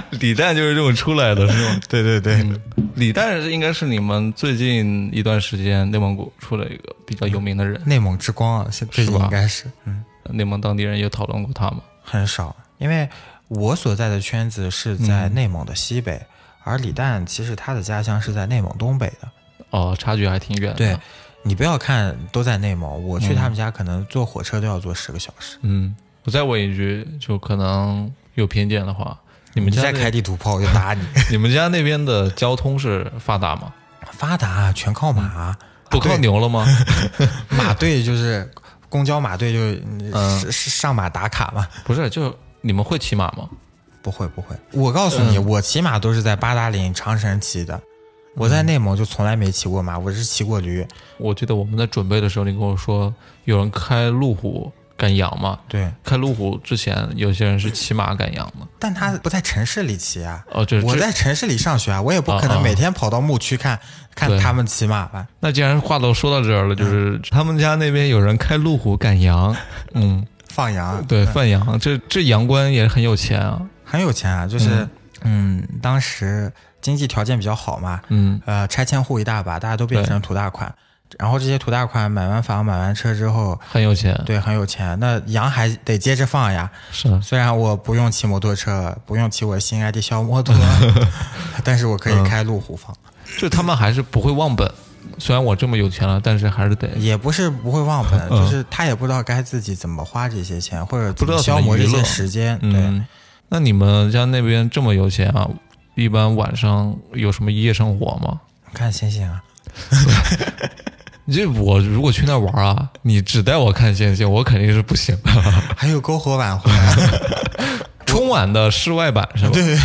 S2: 李诞就是这么出来的，是吗？
S1: 对对对，
S2: 李诞是应该是你们最近一段时间内蒙古出了一个比较有名的人，
S1: 内蒙之光啊，现最近
S2: 是吧
S1: 应该是嗯
S2: 内蒙当地人也讨论过他吗？
S1: 很少，因为我所在的圈子是在内蒙的西北，而李诞其实他的家乡是在内蒙东北的。
S2: 哦，差距还挺远的。
S1: 对，你不要看都在内蒙，我去他们家可能坐火车都要坐十个小时。
S2: 嗯，我再问一句，就可能有偏见的话，你们
S1: 你
S2: 家
S1: 再
S2: 那
S1: 开地图炮，我就打你。
S2: *laughs* 你们家那边的交通是发达吗？
S1: 发达全靠马，
S2: 不靠牛
S1: *laughs*
S2: 了吗？
S1: 马队就是公交马队就，
S2: 嗯
S1: 是是上马打卡嘛。
S2: 不是，就你们会骑马吗？
S1: 不会不会，嗯我告诉你，我骑马都是在八达岭、长城骑的。我在内蒙就从来没骑过马，我是骑过驴。
S2: 我记得我们在准备的时候，你跟我说有人开路虎赶羊嘛。
S1: 对，
S2: 开路虎之前，有些人是骑马赶羊的。
S1: 但他不在城市里骑啊。
S2: 哦，这
S1: 我
S2: 这
S1: 在城市里上学啊，我也不可
S2: 啊啊
S1: 能每天跑到牧区看看
S2: 对
S1: 他们骑马吧。
S2: 那既然话都说到这儿了，就是
S1: 啊
S2: 他们家那边有人开路虎赶
S1: *laughs*
S2: 羊，嗯，
S1: 放羊啊
S2: 对，放羊，这这羊倌也很有钱啊，
S1: 很有钱啊，就是嗯，当时经济条件比较好嘛，
S2: 嗯，
S1: 呃，拆迁户一大把，大家都变成土大款。然后这些土大款买完房、买完车之后，
S2: 很有钱，
S1: 对，很有钱。那羊还得接着放呀。
S2: 是啊
S1: 虽然我不用骑摩托车，不用骑我心爱的小摩
S2: *laughs*
S1: 托，但是我
S2: 嗯
S1: 可以开路虎放，
S2: 就他们还是不会忘本。虽然我这么有钱了，但是还是得
S1: 也不是不会忘本，就是他也不知道该自己怎么花这些钱，或者
S2: 嗯不
S1: 怎
S2: 知道
S1: 么
S2: 怎么
S1: 消磨这
S2: 娱乐
S1: 些时间。对，
S2: 嗯，那你们家那边这么有钱啊？一般晚上有什么夜生活吗？
S1: 看星星啊，
S2: 这我如果去那玩啊，你只带我看星星，我肯定是不行的。
S1: *laughs* 还有篝火晚会。啊
S2: 春晚的室外版是吧？对，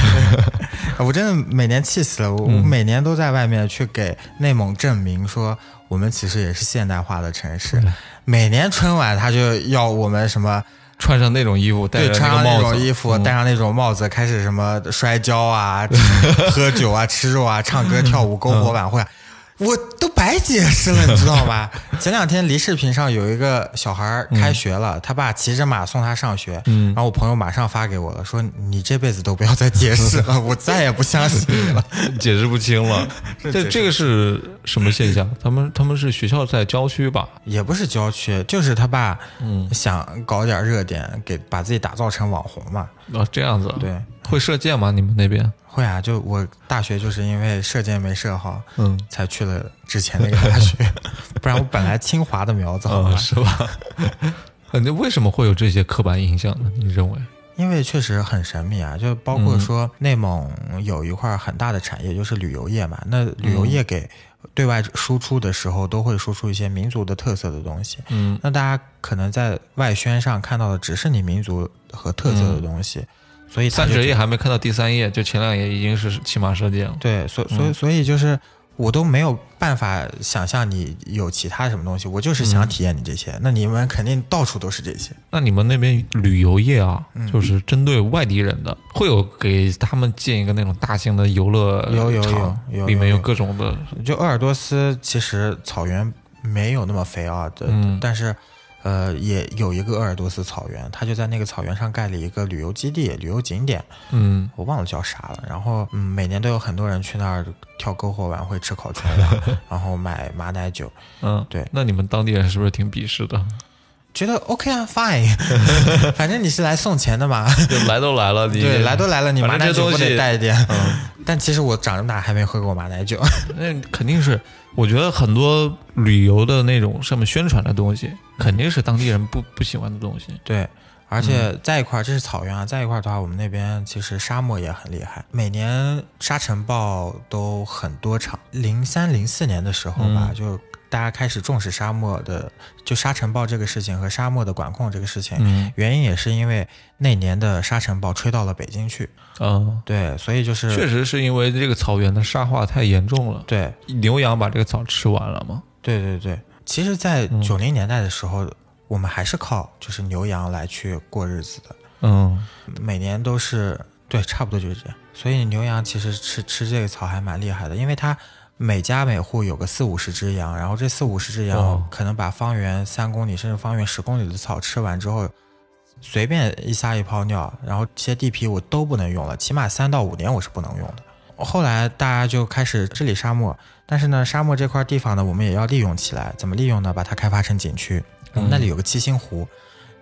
S1: 我真的每年气死了，我
S2: 嗯
S1: 我每年都在外面去给内蒙证明说，我们其实也是现代化的城市。
S2: 嗯
S1: 每年春晚他就要我们什么。
S2: 穿上那种衣服，戴
S1: 对，
S2: 着
S1: 穿
S2: 个
S1: 上那
S2: 帽
S1: 种
S2: 子，嗯
S1: 衣服，戴上那种帽子，开始什么摔跤
S2: *laughs*
S1: 啊、吃喝酒啊、吃肉啊、唱歌跳舞、篝
S2: 嗯
S1: 火晚会啊，我都白解释了，你知道吧？前两天离视频上有一个小孩儿
S2: 嗯
S1: 开学了，他爸骑着马送他上学，然后我朋友马上发给我了，说你这辈子都不要再解释
S2: *laughs*
S1: 了，我再也不相信你了。
S2: 解释不清了。
S1: *laughs* 是解
S2: 这
S1: 释
S2: 这个是什么现象？他们他们是学校在郊区吧？
S1: 也不是郊区，就是他爸想搞点热点，给把自己打造成网红嘛。
S2: 哦，这样子。，
S1: 对，
S2: 会射箭吗？你们那边？
S1: 会啊，就我大学就是因为射箭没射好，
S2: 嗯，
S1: 才去了之前那个大学，不然我本来清华的苗子，好吧
S2: 呃，，是吧？ *laughs* 呃那为什么会有这些刻板印象呢？你认为？
S1: 因为确实很神秘啊，就包
S2: 嗯
S1: 括说内蒙有一块很大的产业就是旅游业嘛，那旅
S2: 嗯
S1: 游业给对外输出的时候都会输出一些民族的特色的东西，
S2: 嗯，
S1: 那大家可能在外宣上看到的只是你民族和特色的东西，所以它
S2: 嗯三
S1: 就
S2: 折页还没看到第三页，就前两页已经是骑马射箭了。
S1: 对，所所以所以就是我都没有办法想象你有其他什么东西，我就是
S2: 嗯
S1: 想体验你这些。那你们肯定到处都是这些。
S2: 那你们那边旅游业啊，
S1: 嗯
S2: 就是针对外地人的，会有给他们建一个那种大型的游乐场，
S1: 有有有有
S2: 里面
S1: 有
S2: 有
S1: 有
S2: 各种的，
S1: 就鄂尔多斯其实草原没有那么肥啊，对
S2: 嗯
S1: 但是呃也有一个鄂尔多斯草原，它就在那个草原上盖了一个旅游基地、旅游景点，
S2: 嗯，
S1: 我忘了叫啥了。然后嗯，每年都有很多人去那儿跳篝火晚会、吃烤全
S2: *laughs*
S1: 羊，然后买马奶酒，
S2: 嗯，
S1: 对
S2: 那你们当地人是不是挺鄙视
S1: *laughs*
S2: 的？
S1: 觉得 OK 啊，fine，反 *laughs*
S2: *laughs*
S1: 正你是来送钱的嘛。
S2: 就来都来了，你
S1: 对，来都来了，你
S2: 反
S1: 马奶
S2: 正这
S1: 酒
S2: 东
S1: 不得
S2: 西
S1: 带一点？ *laughs* 但其实我长这么大还没喝过马奶酒。
S2: 那肯定是，我觉得很多旅游的那种上面宣传的东西，肯定是当地人不不喜欢的东西。
S1: 对，而且
S2: 嗯
S1: 在一块儿，这是草原啊，在一块儿的话，我们那边其实沙漠也很厉害，每年沙尘暴都很多场。零三零四年的时候吧，
S2: 嗯
S1: 就大家开始重视沙漠的，就沙尘暴这个事情和沙漠的管控这个事情。
S2: 嗯
S1: 原因也是因为那年的沙尘暴吹到了北京去，
S2: 啊，
S1: 对，所以就是
S2: 确实是因为这个草原的沙化太严重了，
S1: 对
S2: 牛羊把这个草吃完了嘛。
S1: 对对对，其实，在
S2: 嗯
S1: 九零年代的时候，我们还是靠就是牛羊来去过日子的，
S2: 嗯，
S1: 每年都是对，差不多就是这样。所以牛羊其实吃吃这个草还蛮厉害的，因为它每家每户有个四五十只羊，然后这四五十只羊
S2: 哦
S1: 可能把方圆三公里甚至方圆十公里的草吃完之后，随便一撒一泡尿，然后这些地皮我都不能用了，起码三到五年我是不能用的。后来大家就开始治理沙漠，但是呢，沙漠这块地方呢，我们也要利用起来。怎么利用呢？把它开发成景区。我们那里有个七星湖，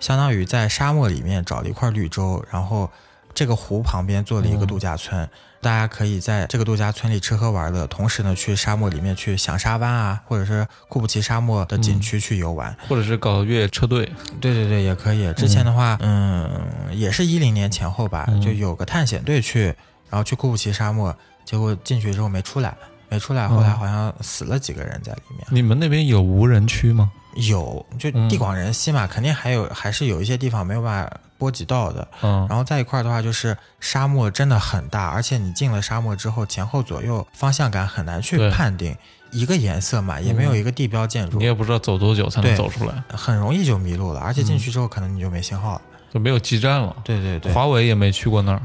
S1: 相当于在沙漠里面找了一块绿洲，然后这个湖旁边做了一个度假村，大家可以在这个度假村里吃喝玩乐，同时呢去沙漠里面去响沙湾啊，或者是库布齐沙漠的景区去游玩。
S2: 或者是搞越野车队。
S1: 对对对，也可以。之前的话，嗯，也是一零年前后吧，就有个探险队去，然后去库布齐沙漠，结果进去之后没出来，没出来，后来好像死了几个人在里面。
S2: 你们那边有无人区吗？
S1: 有，就地广人稀嘛，肯定还有还是有一些地方没有办法波及到的。
S2: 嗯，
S1: 然后在一块儿的话，就是沙漠真的很大，而且你进了沙漠之后，前后左右方向感很难去
S2: 对
S1: 判定，一个颜色嘛，也没有一个地标建筑
S2: 你，也不知道走多久才
S1: 对
S2: 能走出来，
S1: 很容易就迷路了。而且进去之后，可能你就没信号了。
S2: 就没有基站了。
S1: 对对对，
S2: 华为也没去过那儿，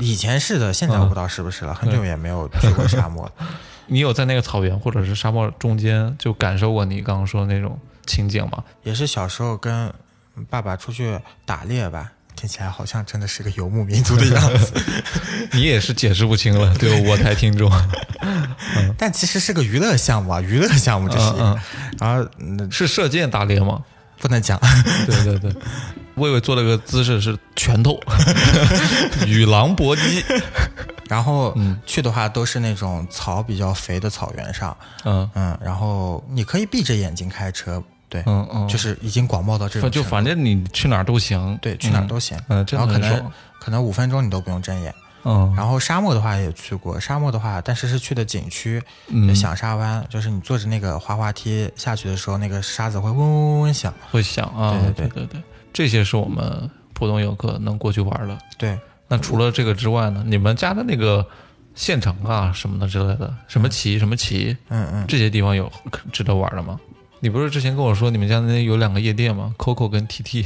S1: 以前是的，现在我
S2: 嗯
S1: 不知道是不是了，很久也没有去过沙漠 *laughs* 了。
S2: 你有在那个草原或者是沙漠中间就感受过你刚刚说的那种情景吗？
S1: 也是小时候跟爸爸出去打猎吧，听起来好像真的是个游牧民族的样
S2: *laughs*
S1: 子，
S2: 你也是解释不清了，对我台听众。
S1: 但其实是个娱乐项目啊，娱乐项目这是一个。
S2: 嗯
S1: 然后嗯
S2: 是射箭打猎吗？
S1: 不能讲，
S2: 对对对，魏魏做了个姿势是拳头，与狼搏击。
S1: 然后
S2: 嗯
S1: 去的话都是那种草比较肥的草原上，
S2: 嗯
S1: 嗯，然后你可以闭着眼睛开车，对，
S2: 嗯嗯，
S1: 就是已经广袤到这种
S2: 反就
S1: 程度
S2: 反正你去哪儿都行，
S1: 对，去哪儿都行，
S2: 嗯，嗯，这
S1: 然
S2: 样
S1: 后可
S2: 很
S1: 能
S2: 爽。
S1: 可能五分钟你都不用睁眼，
S2: 嗯
S1: 然后沙漠的话也去过，沙漠的话，但是是去的景区，就
S2: 嗯，
S1: 响沙湾，就是你坐着那个滑滑梯下去的时候，那个沙子会嗡嗡嗡响。
S2: 会想啊，
S1: 对
S2: 对
S1: 对
S2: 对对，这些是我们普通游客能过去玩的。
S1: 对，
S2: 那除了这个之外呢，你们家的那个县城啊什么的之类的，什么旗什么旗
S1: 嗯嗯，
S2: 这些地方有可值得玩的吗？你不是之前跟我说你们家那边有两个夜店吗？Coco 跟 TT。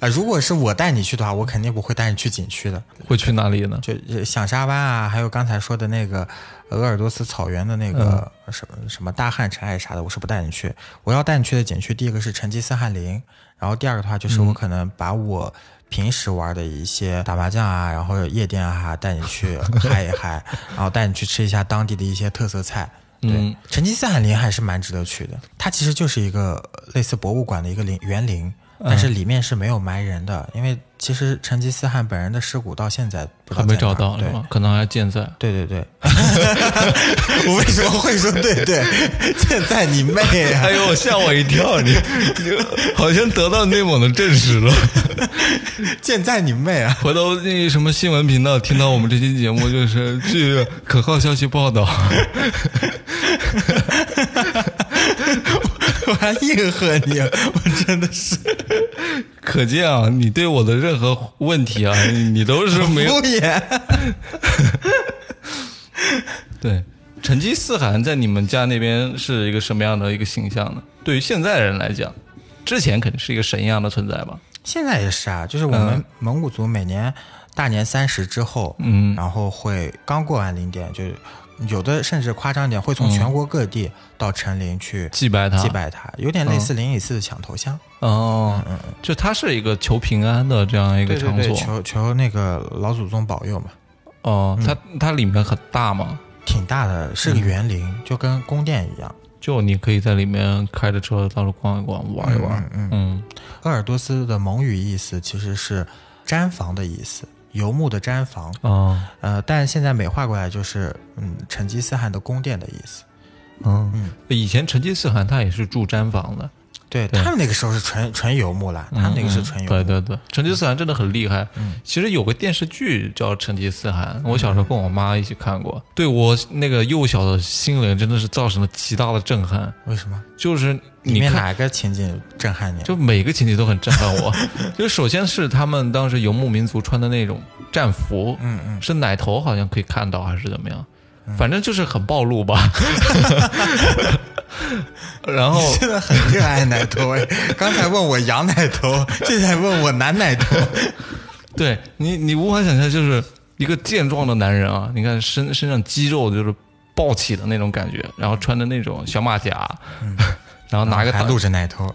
S1: 啊、如果是我带你去的话，我肯定不会带你去景区的，
S2: *laughs* 会去哪里呢？
S1: 就呃响沙湾啊，还有刚才说的那个鄂尔多斯草原的那个什么、什么大汉尘埃啥的，我是不带你去。我要带你去的景区，第一个是成吉思汗陵，然后第二个的话就是我可能把我平时玩的一些打麻将啊，然后夜店啊，带你去 *laughs* 嗨一嗨，然后带你去吃一下当地的一些特色菜。对，
S2: 嗯
S1: 成吉思汗陵还是蛮值得去的，它其实就是一个类似博物馆的一个陵园林。但是里面是没有埋人的，因为其实成吉思汗本人的尸骨到现在不知道
S2: 还
S1: 在
S2: 没
S1: 哪
S2: 找
S1: 儿
S2: 到
S1: 对
S2: 是吧？可能还健 *laughs* 在。
S1: 对对对，我为什么会说对对？现在你妹啊！
S2: 哎呦，吓我一跳！你你好像得到内蒙的证实了。
S1: 现在你妹啊！ *laughs*
S2: 回头那什么新闻频道听到我们这期节目，就是据可靠消息报道，
S1: 我还应和你，啊
S2: *laughs*
S1: 我真的是
S2: 可见啊，你对我的任何
S1: *laughs*
S2: 问题啊，你你都是没有
S1: 敷衍。
S2: 对，成吉思汗在你们家那边是一个什么样的一个形象呢？对于现在人来讲，之前肯定是一个神一样的存在吧？
S1: 现在也是啊，就是我们蒙古族每年大年三十之后，
S2: 嗯
S1: 然后会刚过完零点，就是有的甚至夸张一点，会从全国各地到陈林去
S2: 嗯祭拜他，嗯
S1: 祭拜他，有点类似灵隐寺的抢头香。
S2: 哦，就它是一个求平安的这样一个
S1: 对对
S2: 场
S1: 嗯对，
S2: 所。
S1: 求求那个老祖宗保佑嘛，
S2: 哦，它
S1: 嗯
S2: 它里面很大嘛，
S1: 挺大的，是个园林，
S2: 嗯
S1: 就跟宫殿一样。
S2: 就你可以在里面开着车到处逛一逛、玩一玩。
S1: 嗯
S2: 嗯，
S1: 鄂尔多斯的蒙语意思其实是毡房的意思，游牧的毡房。
S2: 哦，
S1: 呃，但现在美化过来就是嗯，成吉思汗的宫殿的意思。
S2: 嗯，以前成吉思汗他也是住毡房的，
S1: 对
S2: 对嗯
S1: 他们那个时候是纯纯游牧啦，他们那个是纯游牧。嗯
S2: 对对对，成吉思汗真的很厉害。其实有个电视剧叫《成吉思汗》，我小时候跟我妈一起看过，对我那个幼小的心灵真的是造成了极大的震撼。
S1: 为什么？
S2: 就是
S1: 里
S2: 你
S1: 面
S2: 看，
S1: 哪个情景震撼你？啊
S2: 就每个情节都很震撼我。 *laughs* 就首先是他们当时游牧民族穿的那种战服，
S1: 嗯
S2: *laughs*
S1: 嗯，
S2: 是奶头好像可以看到还是怎么样，反正就是很暴露吧。 *laughs* 然后
S1: 真的很热爱奶头哎！ *laughs* 刚才问我羊奶
S2: *laughs*
S1: 头，现在问我男奶头。
S2: 对你，你无法想象，就是一个健壮的男人啊，你看身身上肌肉就是暴起的那种感觉，然后穿着那种小马甲， *laughs* 然后拿个
S1: 嗯还
S2: 大、
S1: 露着奶头？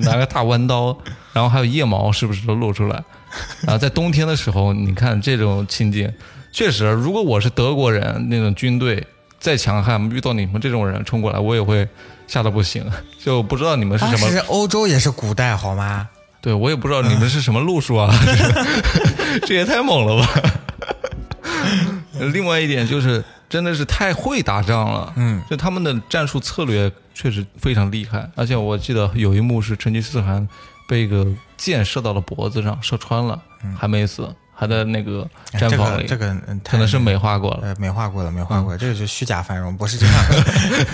S2: 拿个大弯刀，然后还有腋毛是不是都露出来？ *laughs* 然后在冬天的时候，你看这种情景，确实，如果我是德国人那种军队。再强悍，遇到你们这种人冲过来，我也会吓得不行。就不知道你 *laughs* 们是
S1: 当
S2: 什么
S1: 时啊欧洲也是古代好吗？
S2: 对，我也不知道你们是什么路数
S1: *laughs*
S2: 啊， *laughs* 这也太猛了吧！ *laughs* 另外一点就是，真的是太会打仗了，嗯，就他们的战术策略确实非常厉害，而且我记得有一幕是成吉思汗被一个箭射到了脖子上，射穿了，还没死，还在那个
S1: 嗯哎
S2: 毡
S1: 这
S2: 房
S1: 个
S2: 里，
S1: 这个嗯太
S2: 可能是美嗯化过了。
S1: 呃，美化过了，美化过了，这个是虚假繁荣，不是这样 *laughs* 的。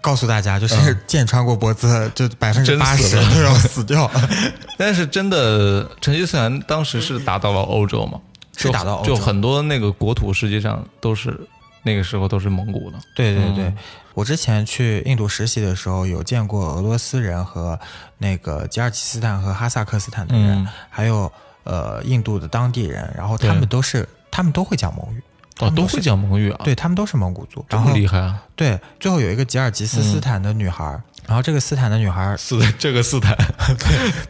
S1: 告诉大家，就是箭穿过脖子，就百分之
S2: 嗯真
S1: 八
S2: 死
S1: 十
S2: 了
S1: 都要死掉。哎
S2: 但是真的，成吉思汗当时是打到了欧洲嘛，
S1: 是
S2: 就
S1: 打到欧
S2: 就
S1: 洲
S2: 很多那个国土实际上都是那个时候都是蒙古的。
S1: 对对对，我之前去印度实习的时候，有见过俄罗斯人和那个吉尔吉斯斯坦和哈萨克斯坦的人，
S2: 嗯
S1: 还有呃印度的当地人，然后他
S2: 对
S1: 们都是他们都会讲蒙语，
S2: 哦，都会讲蒙语啊，
S1: 对他们都是蒙古族。
S2: 这
S1: 然
S2: 么
S1: 后
S2: 厉害啊！
S1: 对，最后有一个吉尔吉斯斯坦的女孩，然后这个斯坦的女孩嗯
S2: 斯这个 *laughs* 斯坦，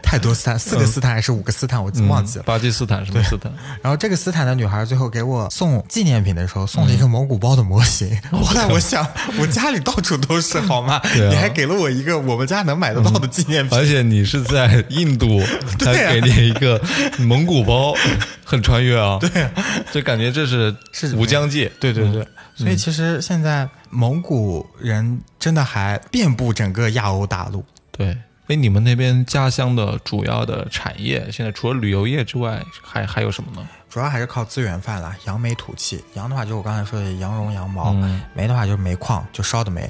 S1: 太多斯坦，四个斯坦还是五个斯坦，我忘记了。
S2: 巴基斯坦什么斯坦？
S1: 然后这个斯坦的女孩最后给我送纪念品的时候，送了一个蒙古包的模型。后来我想，我家里到处都是，好
S2: *laughs*
S1: 吗？
S2: 嗯啊
S1: 你还给了我一个我们家能买得到的纪念品，
S2: 而且你是在印 *laughs* 度，他
S1: 对啊
S2: 给你一个蒙古包， *laughs* 很穿越啊！ *laughs* 对就感觉这是
S1: 是
S2: 无疆界。嗯
S1: 对对对，所以其实现在蒙古人真的还遍布整个亚欧大陆。
S2: 对，哎，你们那边家乡的主要的产业，现在除了旅游业之外，还还有什么呢？
S1: 主要还是靠资源贩啦，扬煤吐气。扬的话就是我刚才说的羊绒、羊毛；
S2: 嗯
S1: 煤的话就是煤矿，就烧的煤；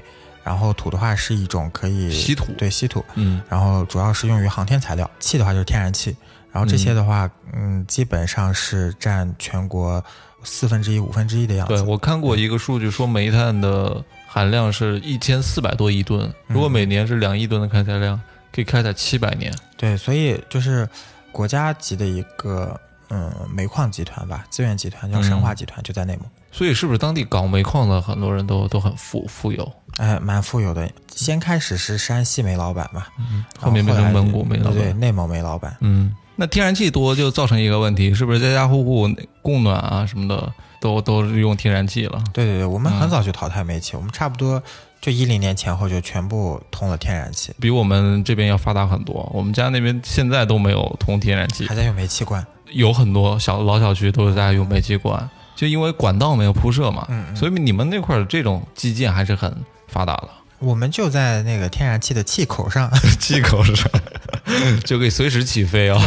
S1: 然后土的话是一种可以
S2: 稀土
S1: 对稀土，
S2: 嗯，
S1: 然后主要是用于航天材料。气的话就是天然气，然后这些的话，嗯，基本上是占全国四分之一、五分之一的样
S2: 对
S1: 子。
S2: 我看过一个数据，说煤炭的含量是一千四百多亿吨，如果每年是两亿吨的开采量，可以开采七百年。
S1: 对，所以就是国家级的一个嗯煤矿集团吧，资源集团叫神华集团，就在内蒙。
S2: 所以是不是当地搞煤矿的很多人都都很富富有？
S1: 哎，蛮富有的。先开始是山西煤老板嘛，然
S2: 后面变成
S1: 嗯啊来
S2: 蒙古煤老板
S1: 对，内蒙煤老板。
S2: 嗯，那天然气多就造成一个问题，是不是家家户户供暖啊什么的都都是用天然气了？
S1: 对对对，我们很早
S2: 嗯
S1: 就淘汰煤气，我们差不多就一零年前后就全部通了天然气，
S2: 比我们这边要发达很多，我们家那边现在都没有通天然气
S1: 还，在用煤气罐。
S2: 有很多小老小区都是在用煤气管，就因为管道没有铺设
S1: 嗯
S2: 嘛，所以你们那块儿这种基建还是很发达的，
S1: 我们就在那个天然气的气口上，
S2: *laughs* 气口上就可以随时起飞啊、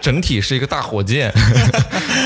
S2: 整体是一个大火 *laughs* 箭，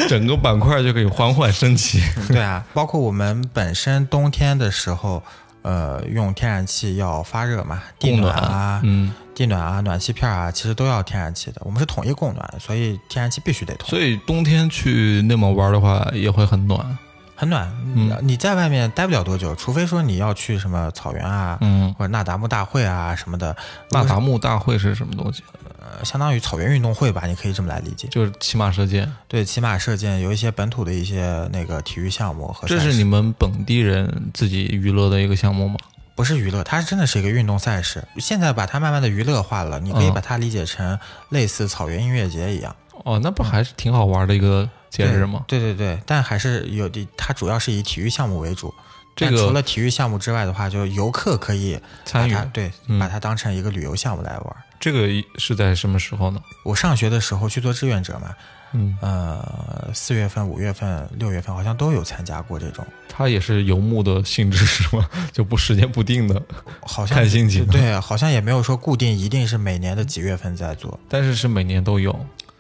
S2: 整个板块就可以缓缓升起。
S1: *laughs* 对啊，包括我们本身冬天的时候，呃，用天然气要发热嘛，地
S2: 供
S1: 暖
S2: 暖
S1: 啊、
S2: 嗯，
S1: 地暖啊、暖气片啊，其实都要天然气的。我们是统一供暖，所以天然气必须得通。
S2: 所以冬天去内蒙玩的话，也会很暖。嗯
S1: 很暖。你你在外面待不了多久，除非说你要去什么草原啊，
S2: 嗯，
S1: 或者那达慕大会啊什么的，
S2: 那达慕大会是什么东西？
S1: 呃相当于草原运动会吧，你可以这么来理解。
S2: 就是骑马射箭，
S1: 对，骑马射箭有一些本土的一些那个体育项目和
S2: 这
S1: 赛
S2: 是
S1: 事
S2: 你们本地人自己娱乐的一个项目吗？
S1: 不是娱乐，它真的是一个运动赛事。现在把它慢慢的娱乐化了，你可以
S2: 嗯
S1: 把它理解成类似草原音乐节一样。
S2: 哦，那不还是挺好玩的一个节日吗？
S1: 对对对，但还是有的，它主要是以体育项目为主。
S2: 这
S1: 但除
S2: 个
S1: 了体育项目之外的话，就游客可以把
S2: 参与
S1: 它对、
S2: 嗯
S1: 把它当成一个旅游项目来玩。
S2: 这个是在什么时候呢？
S1: 我上学的时候去做志愿者嘛，
S2: 嗯，
S1: 呃，四月份、五月份、六月份好像都有参加过这种，
S2: 它也是游牧的性质是吗？ *laughs* 就不时间不定的，
S1: 好像
S2: 看心情。，
S1: 对，好像也没有说固定一定是每年的几月份在做，
S2: 但是是每年都有。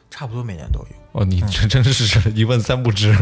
S1: 差不多每年都有，
S2: 哦，你这真是一问三不知，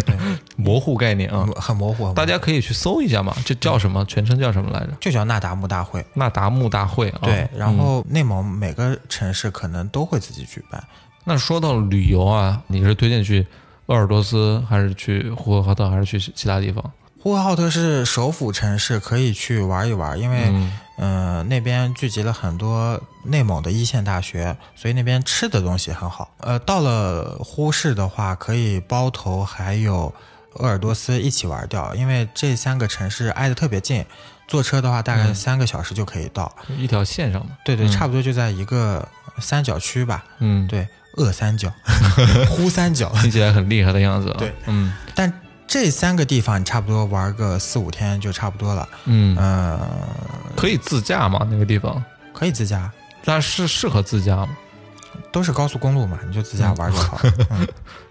S2: 模糊概念啊！
S1: 嗯很模糊。很模糊
S2: 大家可以去搜一下嘛，这叫什么？全称叫什么来着？
S1: 就叫那达慕大会。
S2: 那达慕大会啊。
S1: 对，然
S2: 嗯
S1: 后内蒙每个城市可能都会自己举办，
S2: 那说到旅游啊，你是推荐去鄂尔多斯，还是去呼和浩特，还是去其他地方？
S1: 呼和浩特是首府城市，可以去玩一玩，因为
S2: 嗯，
S1: 嗯、呃那边聚集了很多内蒙的一线大学，所以那边吃的东西很好。呃，到了呼市的话，可以包头还有鄂尔多斯一起玩掉，因为这三个城市挨得特别近，坐车的话大概三个小时就可以到。
S2: 一条线上嘛。
S1: 对对，
S2: 嗯
S1: 差不多就在一个三角区吧。
S2: 嗯，
S1: 对，鄂三
S2: *laughs*
S1: 角、呼三角，
S2: 听起来很厉害的样子啊。
S1: 对，
S2: 嗯
S1: 但这三个地方你差不多玩个四五天就差不多了。
S2: 嗯，
S1: 呃，
S2: 可以自驾嘛？那个地方，
S1: 可以自驾，
S2: 那是适合自驾吗？
S1: 都是高速公路嘛，你就自驾玩就
S2: *laughs*
S1: 好。嗯，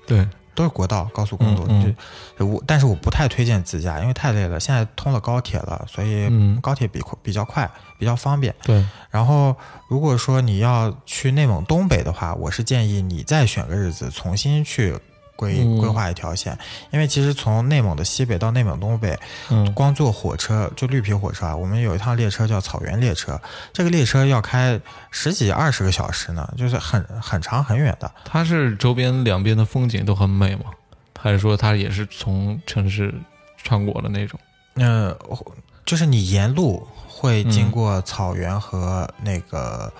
S2: 对，
S1: 都是国道、高速公路。
S2: 嗯嗯
S1: 你就我，但是我不太推荐自驾，因为太累了。现在通了高铁了，所以
S2: 嗯，
S1: 高铁比快比较快，比较方便。
S2: 对，
S1: 然后，如果说你要去内蒙东北的话，我是建议你再选个日子重新去。规
S2: 嗯
S1: 规划一条线，因为其实从内蒙的西北到内蒙东北，
S2: 嗯
S1: 光坐火车就绿皮火车啊，我们有一趟列车叫草原列车，这个列车要开十几二十个小时呢，就是很很长很远的。
S2: 它是周边两边的风景都很美吗？还是说它也是从城市穿过的那种？
S1: 嗯，就是你沿路会经过草原和那个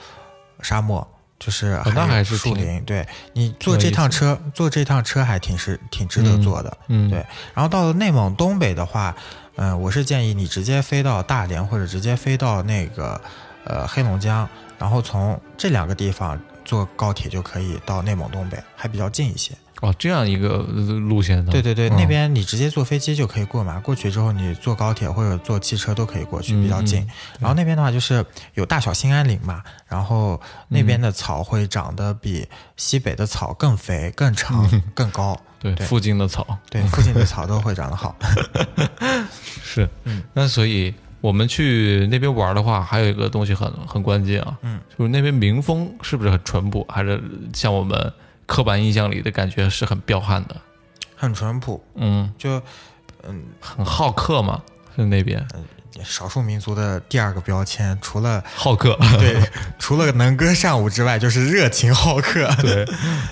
S1: 沙漠，就是
S2: 哦那
S1: 有
S2: 还是
S1: 树
S2: 挺
S1: 林。对你坐这趟车，坐这趟车还挺是挺值得
S2: 嗯
S1: 坐的。
S2: 嗯，
S1: 对然后到了内蒙东北的话，嗯、我是建议你直接飞到大连，或者直接飞到那个呃黑龙江，然后从这两个地方坐高铁就可以到内蒙东北，还比较近一些。
S2: 哦，这样一个呃路线的。
S1: 对对对，
S2: 嗯
S1: 那边你直接坐飞机就可以过嘛，过去之后你坐高铁或者坐汽车都可以过去，比较近。
S2: 嗯
S1: 然后那边的话就是有大小兴安岭嘛，然后那边的草会长得比西北的草更肥、更长、
S2: 嗯
S1: 更高。
S2: 对
S1: 对
S2: 附近的草。
S1: 对，附近的草都会长得好。 *laughs*
S2: 是，嗯那所以我们去那边玩的话，还有一个东西很很关键啊，
S1: 嗯，
S2: 就是那边民风是不是很淳朴，还是像我们刻板印象里的感觉是很彪悍的，
S1: 很淳朴，
S2: 嗯，
S1: 就嗯，
S2: 很好客嘛，是那边
S1: 少数民族的第二个标签，除
S2: *laughs*
S1: 了
S2: 好客，
S1: 对，除了能歌善舞之外，就是热情好客。
S2: 对，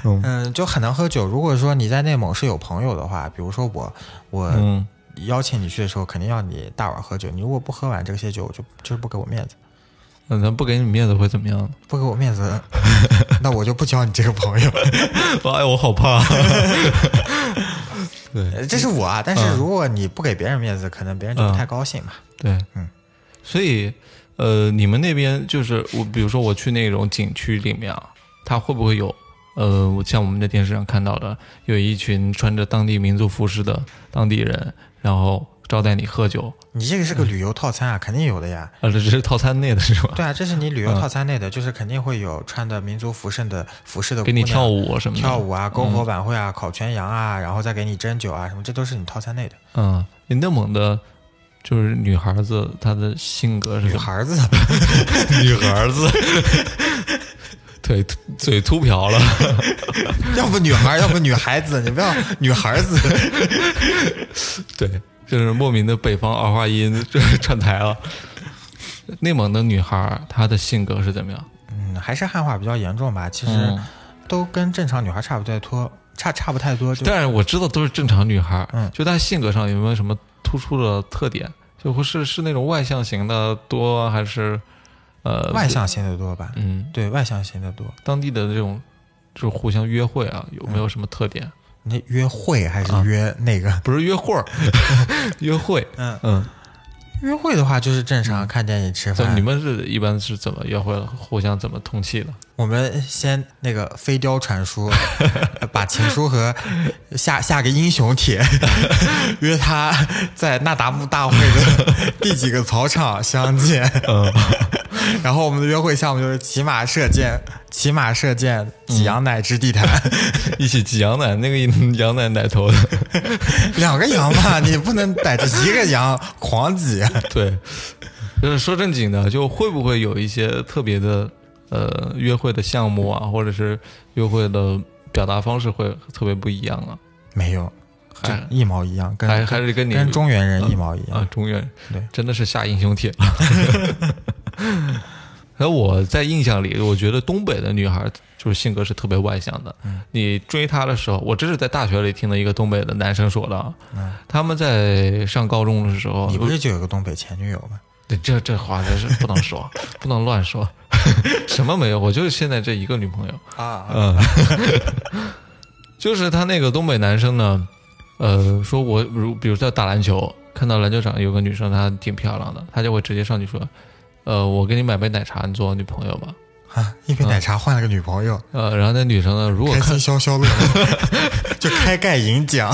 S1: *laughs* 嗯，就很能喝酒。如果说你在内蒙是有朋友的话，比如说我，我
S2: *laughs* 嗯，
S1: 邀请你去的时候，肯定要你大碗喝酒。你如果不喝完这些酒，我就就是不给我面子，
S2: 那咱不给你面子会怎么样呢？
S1: 不给我面子，那我就不交你这个朋友。
S2: *laughs* *laughs* 哎，我好怕，对
S1: 呃这是我啊，但
S2: 嗯
S1: 是如果你不给别人面子，可能别人就不太高兴嘛。
S2: 对，
S1: 嗯，
S2: 所以呃，你们那边就是我，比如说我去那种景区里面啊，它会不会有呃，我像我们在电视上看到的，有一群穿着当地民族服饰的当地人，然后招待你喝酒，
S1: 你这个是个旅游套餐
S2: 嗯
S1: 啊，肯定有的呀。
S2: 呃，这这是套餐内的是 *laughs* 吧？
S1: 对啊，这是你
S2: 嗯
S1: 旅游套餐内的，就是肯定会有穿的民族服饰的服饰的，
S2: 给你跳、舞什么的，
S1: 跳舞啊，篝火晚会啊，烤全羊啊，然后再给你针灸啊，什么，这都是你套餐内的。
S2: 嗯，你内蒙的，就是女孩子她的性格是
S1: 女
S2: 怎么？
S1: 孩儿子，
S2: *laughs* 女孩子，腿秃嘴秃瓢了。
S1: *laughs* 要不女孩儿，要不女孩子，你不要女孩儿子。 *laughs*
S2: 对，就是莫名的北方儿化音就是 *laughs* 串台了。内蒙的女孩儿，她的性格是怎么样？
S1: 嗯嗯，还是汉化比较严重吧。其实
S2: 嗯
S1: 都跟正常女孩差不太多，差差不太多。就
S2: 但是我知道都是正常女孩，
S1: 嗯
S2: 就她性格上有没有什么突出的特点？就会是是那种外向型的多，还是呃
S1: 外？向型的多吧？
S2: 嗯，
S1: 对，外向型的多。
S2: 当地的这种就是互相约会啊，有
S1: 嗯
S2: 没有什么特点？
S1: 你约会还是
S2: 啊
S1: 约那个？
S2: 不是约会
S1: *laughs*
S2: 儿，约会。
S1: 嗯，哎
S2: 嗯，
S1: 约会的话就是正常看电影吃
S2: 怎
S1: 饭。
S2: 么嗯
S1: 啊
S2: 你们是一般是怎么约会的？互相怎么通气的？
S1: 我们先那个飞雕传书， *laughs* 把情书和下下个英雄
S2: *laughs*
S1: 帖，约他在那达慕大会的第几个草场相见。 *laughs*
S2: 嗯，
S1: 然后我们的约会项目就是骑马射箭，骑马射箭，挤羊奶之地毯，
S2: *laughs* 一起挤羊奶，那个羊奶奶头的，
S1: *laughs* 两个羊嘛，你不能逮着一个羊狂挤。 *laughs*
S2: *laughs* 对。就是说正经的，就会不会有一些特别的呃约会的项目啊，或者是约会的表达方式会特别不一样啊？
S1: 没有，这
S2: 还
S1: 一毛一样，跟
S2: 还还是跟你
S1: 嗯跟中原人一毛一
S2: 啊
S1: 样。
S2: 中原
S1: 对
S2: *laughs* 真的是下英雄帖。 *laughs* 而我在印象里，我觉得东北的女孩就是性格是特别外向的。
S1: 嗯
S2: 你追她的时候，我这是在大学里听的一个东北的男生说的啊。他们在上高中的时候，
S1: 嗯你不是就有个东北前女友吗？
S2: 对这这话真是不能说，不能乱说。 *laughs* 什么没有？我就是现在这一个女朋友。
S1: 啊，
S2: 嗯， *laughs* 就是他那个东北男生呢，呃，说我如比如在打篮球，看到篮球场有个女生，她挺漂亮的，他就会直接上去说，呃，我给你买杯奶茶，你做我女朋友吧。
S1: 啊一
S2: 嗯
S1: 杯奶茶换了个女朋友，
S2: 呃，然后那女生呢，如果
S1: 开心
S2: 看
S1: 消消 *laughs* 乐，就开盖银奖。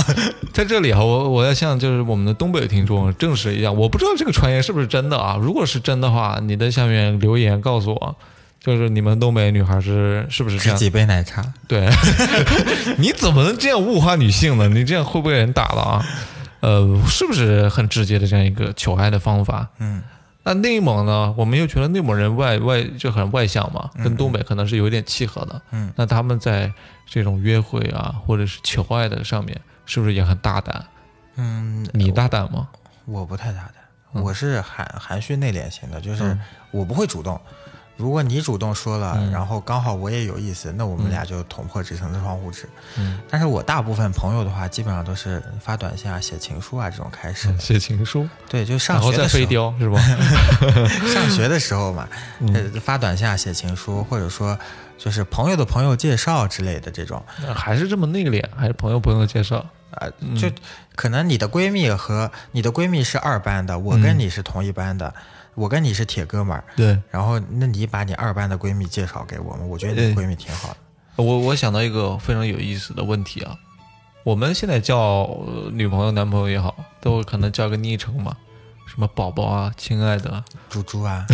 S2: 在这里啊，我我要向就是我们的东北听众证实一下，我不知道这个传言是不是真的啊。如果是真的话，你在下面留言告诉我，就是你们东北女孩是是不是这
S1: 是
S2: 样？
S1: 几杯奶茶？
S2: *laughs* 对，你怎么能这样物化女性呢？你这样会不会被人打了啊？呃，是不是很直接的这样一个求爱的方法？
S1: 嗯，
S2: 那内蒙呢？我们又觉得内蒙人外外就很外向嘛，跟东北可能是有点契合的。
S1: 嗯，
S2: 那他们在这种约会啊，或者是求爱的上面，是不是也很大胆？
S1: 嗯，
S2: 你大胆吗？
S1: 我不太大胆，我是含含蓄内敛型的，就是我不会主动。如果你主动说了，然后刚好我也有意思，那我们俩就捅破这层窗户纸。
S2: 嗯，
S1: 但是我大部分朋友的话，基本上都是发短信啊、写情书啊这种开始的。
S2: 嗯写情书，
S1: 对，就
S2: 然
S1: 上
S2: 后
S1: 学
S2: 再
S1: 的时
S2: 飞
S1: 候，
S2: 雕是吧？ *laughs*
S1: 上学的时候嘛，呃发短信啊、写情书，或者说就是朋友的朋友介绍之类的这种。
S2: 那还是这么内敛，还是朋友朋友介绍？
S1: 啊，
S2: 嗯
S1: 就可能你的闺蜜和你的闺蜜是二班的，我
S2: 嗯
S1: 跟你是同一班的，我跟你是铁哥们儿，
S2: 对，
S1: 然后，那你把你二班的闺蜜介绍给我们，我觉得你
S2: 哎
S1: 闺蜜挺好的。
S2: 我我想到一个非常有意思的问题啊，我们现在叫呃女朋友、男朋友也好，都可能叫个昵称嘛，什么宝宝啊、亲爱的啊，
S1: 猪猪
S2: *laughs*
S1: 啊，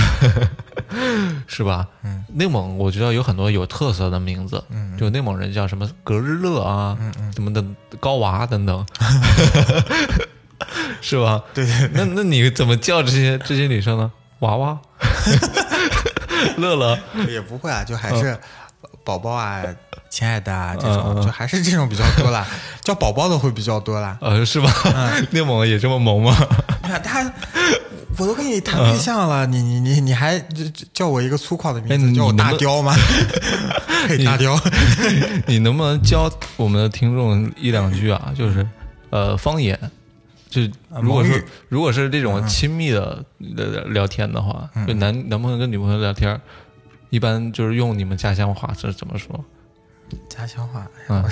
S2: 是吧？
S1: 嗯，
S2: 内蒙我知道有很多有特色的名字，
S1: 嗯，
S2: 就内蒙人叫什么格日乐啊，
S1: 嗯嗯，
S2: 什么的高娃
S1: *laughs*
S2: 等等，是吧？
S1: 对对，
S2: 那那你怎么叫这些这些女生呢？
S1: *laughs*
S2: 娃娃、乐乐，
S1: 也不会啊，就还是宝宝啊、亲爱的啊这
S2: 嗯嗯嗯
S1: 种，
S2: 嗯
S1: 就还是这种比较多啦， *laughs* 叫宝宝的会比较多啦。
S2: 呃，是吧？
S1: 嗯
S2: 内蒙也这么萌吗？
S1: 你看他，我都跟你谈对象了，你你你你还就就叫我一个粗犷的
S2: 嗯哎
S1: 名字，
S2: 你
S1: 叫我
S2: 能不
S1: 大雕吗？ *laughs*
S2: *laughs*
S1: 嘿，大雕， *laughs*
S2: 你能不能教我们的听众一两句啊？就是呃，方言，就
S1: 啊
S2: 如果
S1: 蒙
S2: 说
S1: 语
S2: 如果是这种亲密的的聊天的话，
S1: 嗯
S2: 就男男朋友跟女朋友聊天，一般就是用你们家乡话是怎么说？
S1: 家乡话，
S2: 嗯，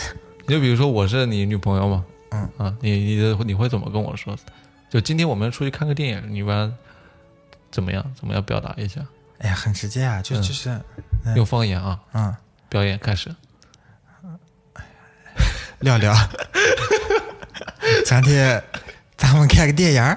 S2: 你就比如说我是你女朋友嘛，
S1: 嗯
S2: 啊，你你的你会怎么跟我说？就今天我们出去看个电影，你一般怎么样？怎么样表达一下？
S1: 哎呀，很直接啊，就
S2: 嗯
S1: 就是，哎
S2: 用方言啊，
S1: 嗯，
S2: 表演开始。
S1: 聊聊，咱天咱们看个电影儿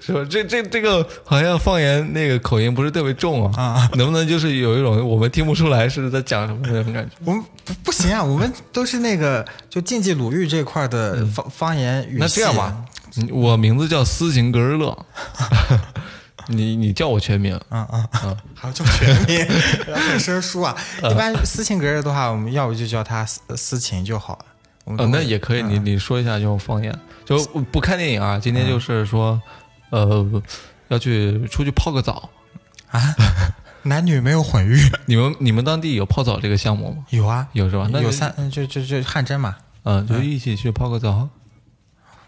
S2: 是吧？这这这个好像方言那个口音不是特别重啊，
S1: 啊。
S2: 能不能就是有一种我们听不出来是在讲什么的那种感觉？
S1: 我们不不行啊，我们都是那个就禁忌鲁豫这块儿的方、方言语系。
S2: 嗯那这样吧，，你我名字叫斯琴格日乐， *laughs* 你你叫我全名，
S1: 嗯嗯嗯，还要叫全名，很生疏
S2: *laughs*
S1: 啊。
S2: 嗯
S1: 一般斯琴格日的话，我们要不就叫他斯呃斯琴就好了。我们
S2: 呃
S1: 都，会嗯
S2: 那也可以，你你说一下用方言，就不看电影啊，今天就是说，呃，要去出去泡个澡，
S1: 啊，男女没有混育。
S2: 你们你们当地有泡澡这个项目吗？
S1: 有啊，
S2: 有是吧？那
S1: 有
S2: 就
S1: 三，嗯就就就汗蒸嘛。
S2: 嗯，就一起去泡个澡。 *laughs* 嗯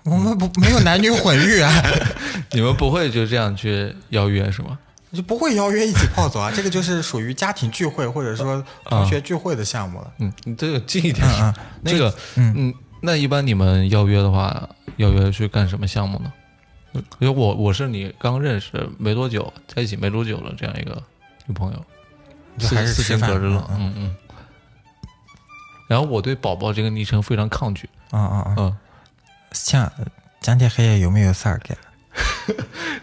S1: 我们不没有男女混浴啊，
S2: 你们不会就这样去邀约是吗？
S1: 就不会邀约一起泡澡啊。 *laughs* 这个就是属于家庭聚会或者说
S2: 呃
S1: 同学聚会的项目了。
S2: 嗯，你这个近一点。
S1: 嗯
S2: 那个，
S1: 嗯
S2: 嗯，那一般你们邀约的话，邀约去干什么项目呢？因为我我是你刚认识没多久，在一起没多久了这样一个女朋友，
S1: 嗯就还是
S2: 四
S1: 吃
S2: 千
S1: 饭
S2: 隔日了，
S1: 嗯
S2: 嗯嗯。然后我对“宝宝”这个昵称非常抗拒，
S1: 嗯嗯嗯，
S2: 嗯，
S1: 像咱这黑夜有没有事儿干？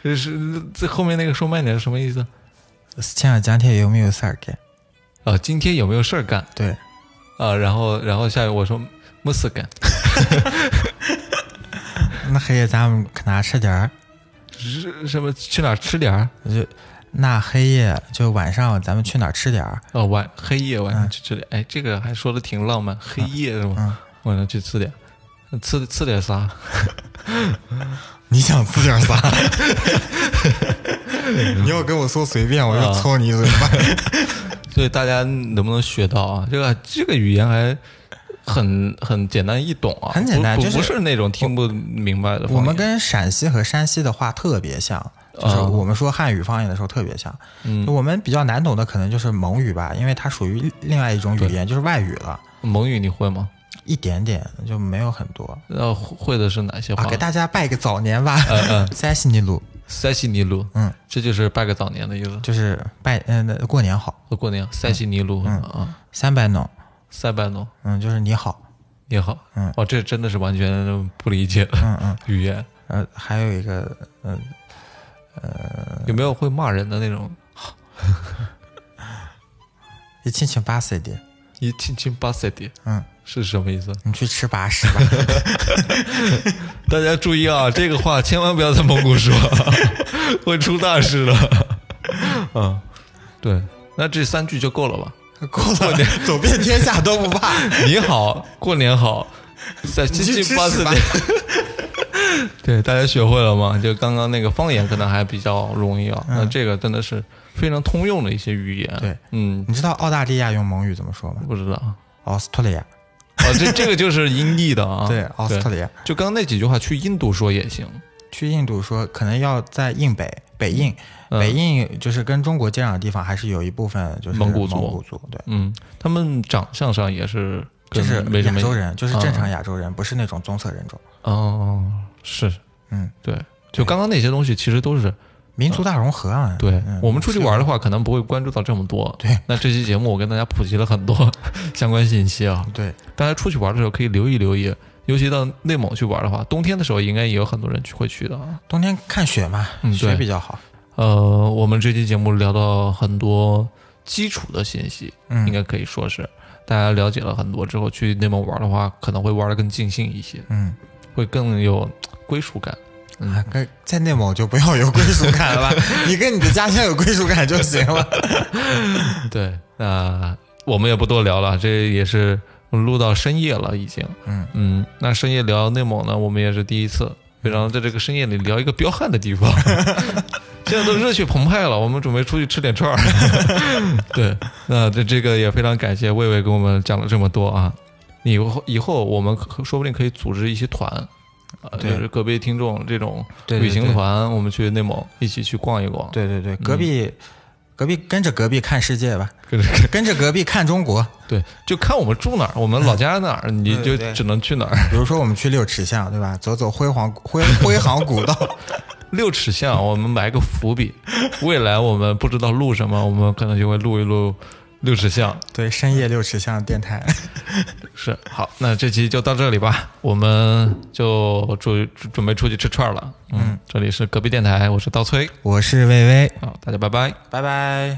S2: 这是这后面那个说慢点是什么意思？
S1: 像咱这有没有事儿干？
S2: 啊，今天有没有事儿干
S1: 对，
S2: 啊？然后然后下一个我说没事干，
S1: 那黑夜咱们可哪吃点儿？
S2: 是什么去哪儿吃点儿？
S1: 就那黑夜就晚上咱们去哪儿吃点儿？
S2: 哦，晚黑夜晚上
S1: 嗯
S2: 去吃点，哎，这个还说的挺浪漫，黑夜是吗？
S1: 嗯
S2: 晚上去吃点，吃吃点啥？ *laughs*
S1: 你想吃点啥？你要跟我说随便，我
S2: 啊
S1: 就抽你一嘴巴。
S2: *laughs* 所以大家能不能学到啊？这个这个语言还很很简单易懂啊，
S1: 很简单
S2: 不不
S1: 就是
S2: 不是那种听不明白的方言。
S1: 我们跟陕西和山西的话特别像，就是
S2: 哦
S1: 我们说汉语方言的时候特别像。
S2: 嗯
S1: 就我们比较难懂的可能就是蒙语吧，因为它属于另外一种语言，就是外语了，
S2: 蒙语你会吗？
S1: 一点点就没有很多。
S2: 呃，会的是哪些
S1: 啊，
S2: 话
S1: 给？大家拜个早年吧
S2: 嗯
S1: *laughs*
S2: 嗯，
S1: 塞西尼鲁，
S2: 塞西尼鲁，
S1: 嗯，
S2: 这就是拜个早年的意思。
S1: 就是拜嗯、那过年好，
S2: 和过年塞西尼鲁
S1: 嗯
S2: 啊，
S1: 三拜农，
S2: 塞班诺
S1: 嗯，就是你好，
S2: 你好，
S1: 嗯
S2: 哦，这真的是完全不理解的
S1: 嗯嗯，
S2: 语言。
S1: 呃，还有一个嗯
S2: 有没有会骂人的那种？
S1: 一亲亲巴塞的，
S2: 一亲亲巴塞迪
S1: 嗯，
S2: 是什么意思？
S1: 你去吃把屎吧，
S2: *laughs* 大家注意啊， *laughs* 这个话千万不要在蒙古说， *laughs* 会出大事的。 *laughs* 嗯，对，那这三句就够 *laughs* 了吧？
S1: 过年走遍天下都不
S2: *laughs*
S1: 怕。
S2: 你好，过年好，在亲
S1: 去
S2: 亲
S1: 吃
S2: 巴斯
S1: 屎吧
S2: 蒂。对，大家学会了吗？就刚刚那个方言可能还比较容易啊，那这个真的是非常通用的一些语言。
S1: 对，
S2: 嗯，
S1: 你知道澳大利亚用蒙语怎么说吗？
S2: 不知道啊，
S1: 澳斯特利亚，
S2: 哦这这个就是音译的 *laughs* 啊。
S1: 对，澳斯特利亚。
S2: 就刚刚那几句话，去印度说也行。
S1: 去印度说可能要在印北，北印，
S2: 嗯
S1: 北印就是跟中国接壤的地方，还是有一部分就是
S2: 蒙古
S1: 古
S2: 族
S1: 蒙族，对，
S2: 嗯，他们长相上也是
S1: 就
S2: 跟
S1: 是
S2: 没什
S1: 亚
S2: 么
S1: 洲人，就是正
S2: 啊
S1: 常亚洲人，不是那种棕色人种。
S2: 哦，是，
S1: 嗯，
S2: 对，就刚刚那些东西其实都是
S1: 民族大融合啊，
S2: 对
S1: 嗯。
S2: 我们出去玩的话，可能不会关注到这么多。
S1: 对，
S2: 那这期节目我跟大家普及了很多 *laughs* 相关信息啊，
S1: 对，
S2: 大家出去玩的时候可以留意留意，尤其到内蒙去玩的话，冬天的时候应该也有很多人去会去的啊。
S1: 冬天看雪嘛
S2: 嗯，
S1: 雪
S2: 对
S1: 比较好。
S2: 呃，我们这期节目聊到很多基础的信息，
S1: 嗯
S2: 应该可以说是大家了解了很多之后，去内蒙玩的话，可能会玩的更尽兴一些，
S1: 嗯，
S2: 会更有归属
S1: *laughs*
S2: 感。嗯
S1: 啊，跟在内蒙就不要有归属感了
S2: *laughs*
S1: 吧，你跟你的家乡有归属感就行了。
S2: 对，那我们也不多聊了，这也是录到深夜了，已经。
S1: 嗯
S2: 嗯，那深夜聊内蒙呢，我们也是第一次，非常在这个深夜里聊一个彪悍的
S1: *laughs*
S2: 地方。现在都热血澎湃了，我们准备出去吃点
S1: *laughs*
S2: 串儿。对，那这这个也非常感谢魏魏给我们讲了这么多啊。以后以后我们可说不定可以组织一些团，呃，就
S1: 对
S2: 是个别听众这种
S1: 对对
S2: 旅行
S1: 对
S2: 团，我们去内蒙一起去逛一逛。
S1: 对对对，隔壁，隔壁跟着隔壁看世界吧，
S2: 嗯跟着
S1: 跟着隔壁看中国。
S2: 对，就看我们住哪儿，我们老家哪儿，你就
S1: *laughs* 对对
S2: 只能去哪儿。 *laughs*
S1: 比如说我们去六尺巷，对吧？走走辉煌辉辉煌古道， *laughs*
S2: 六尺巷，我们埋个伏笔，未来我们不知道录什么，我们可能就会录一录六尺巷。
S1: 对，深夜六尺巷电台，
S2: 是，好，那这期就到这里吧，我们就准准备出去吃串儿
S1: 嗯
S2: 了。嗯，这里是隔壁电台，我是刀崔，
S1: 我是薇薇，
S2: 好，大家拜拜。
S1: 拜拜。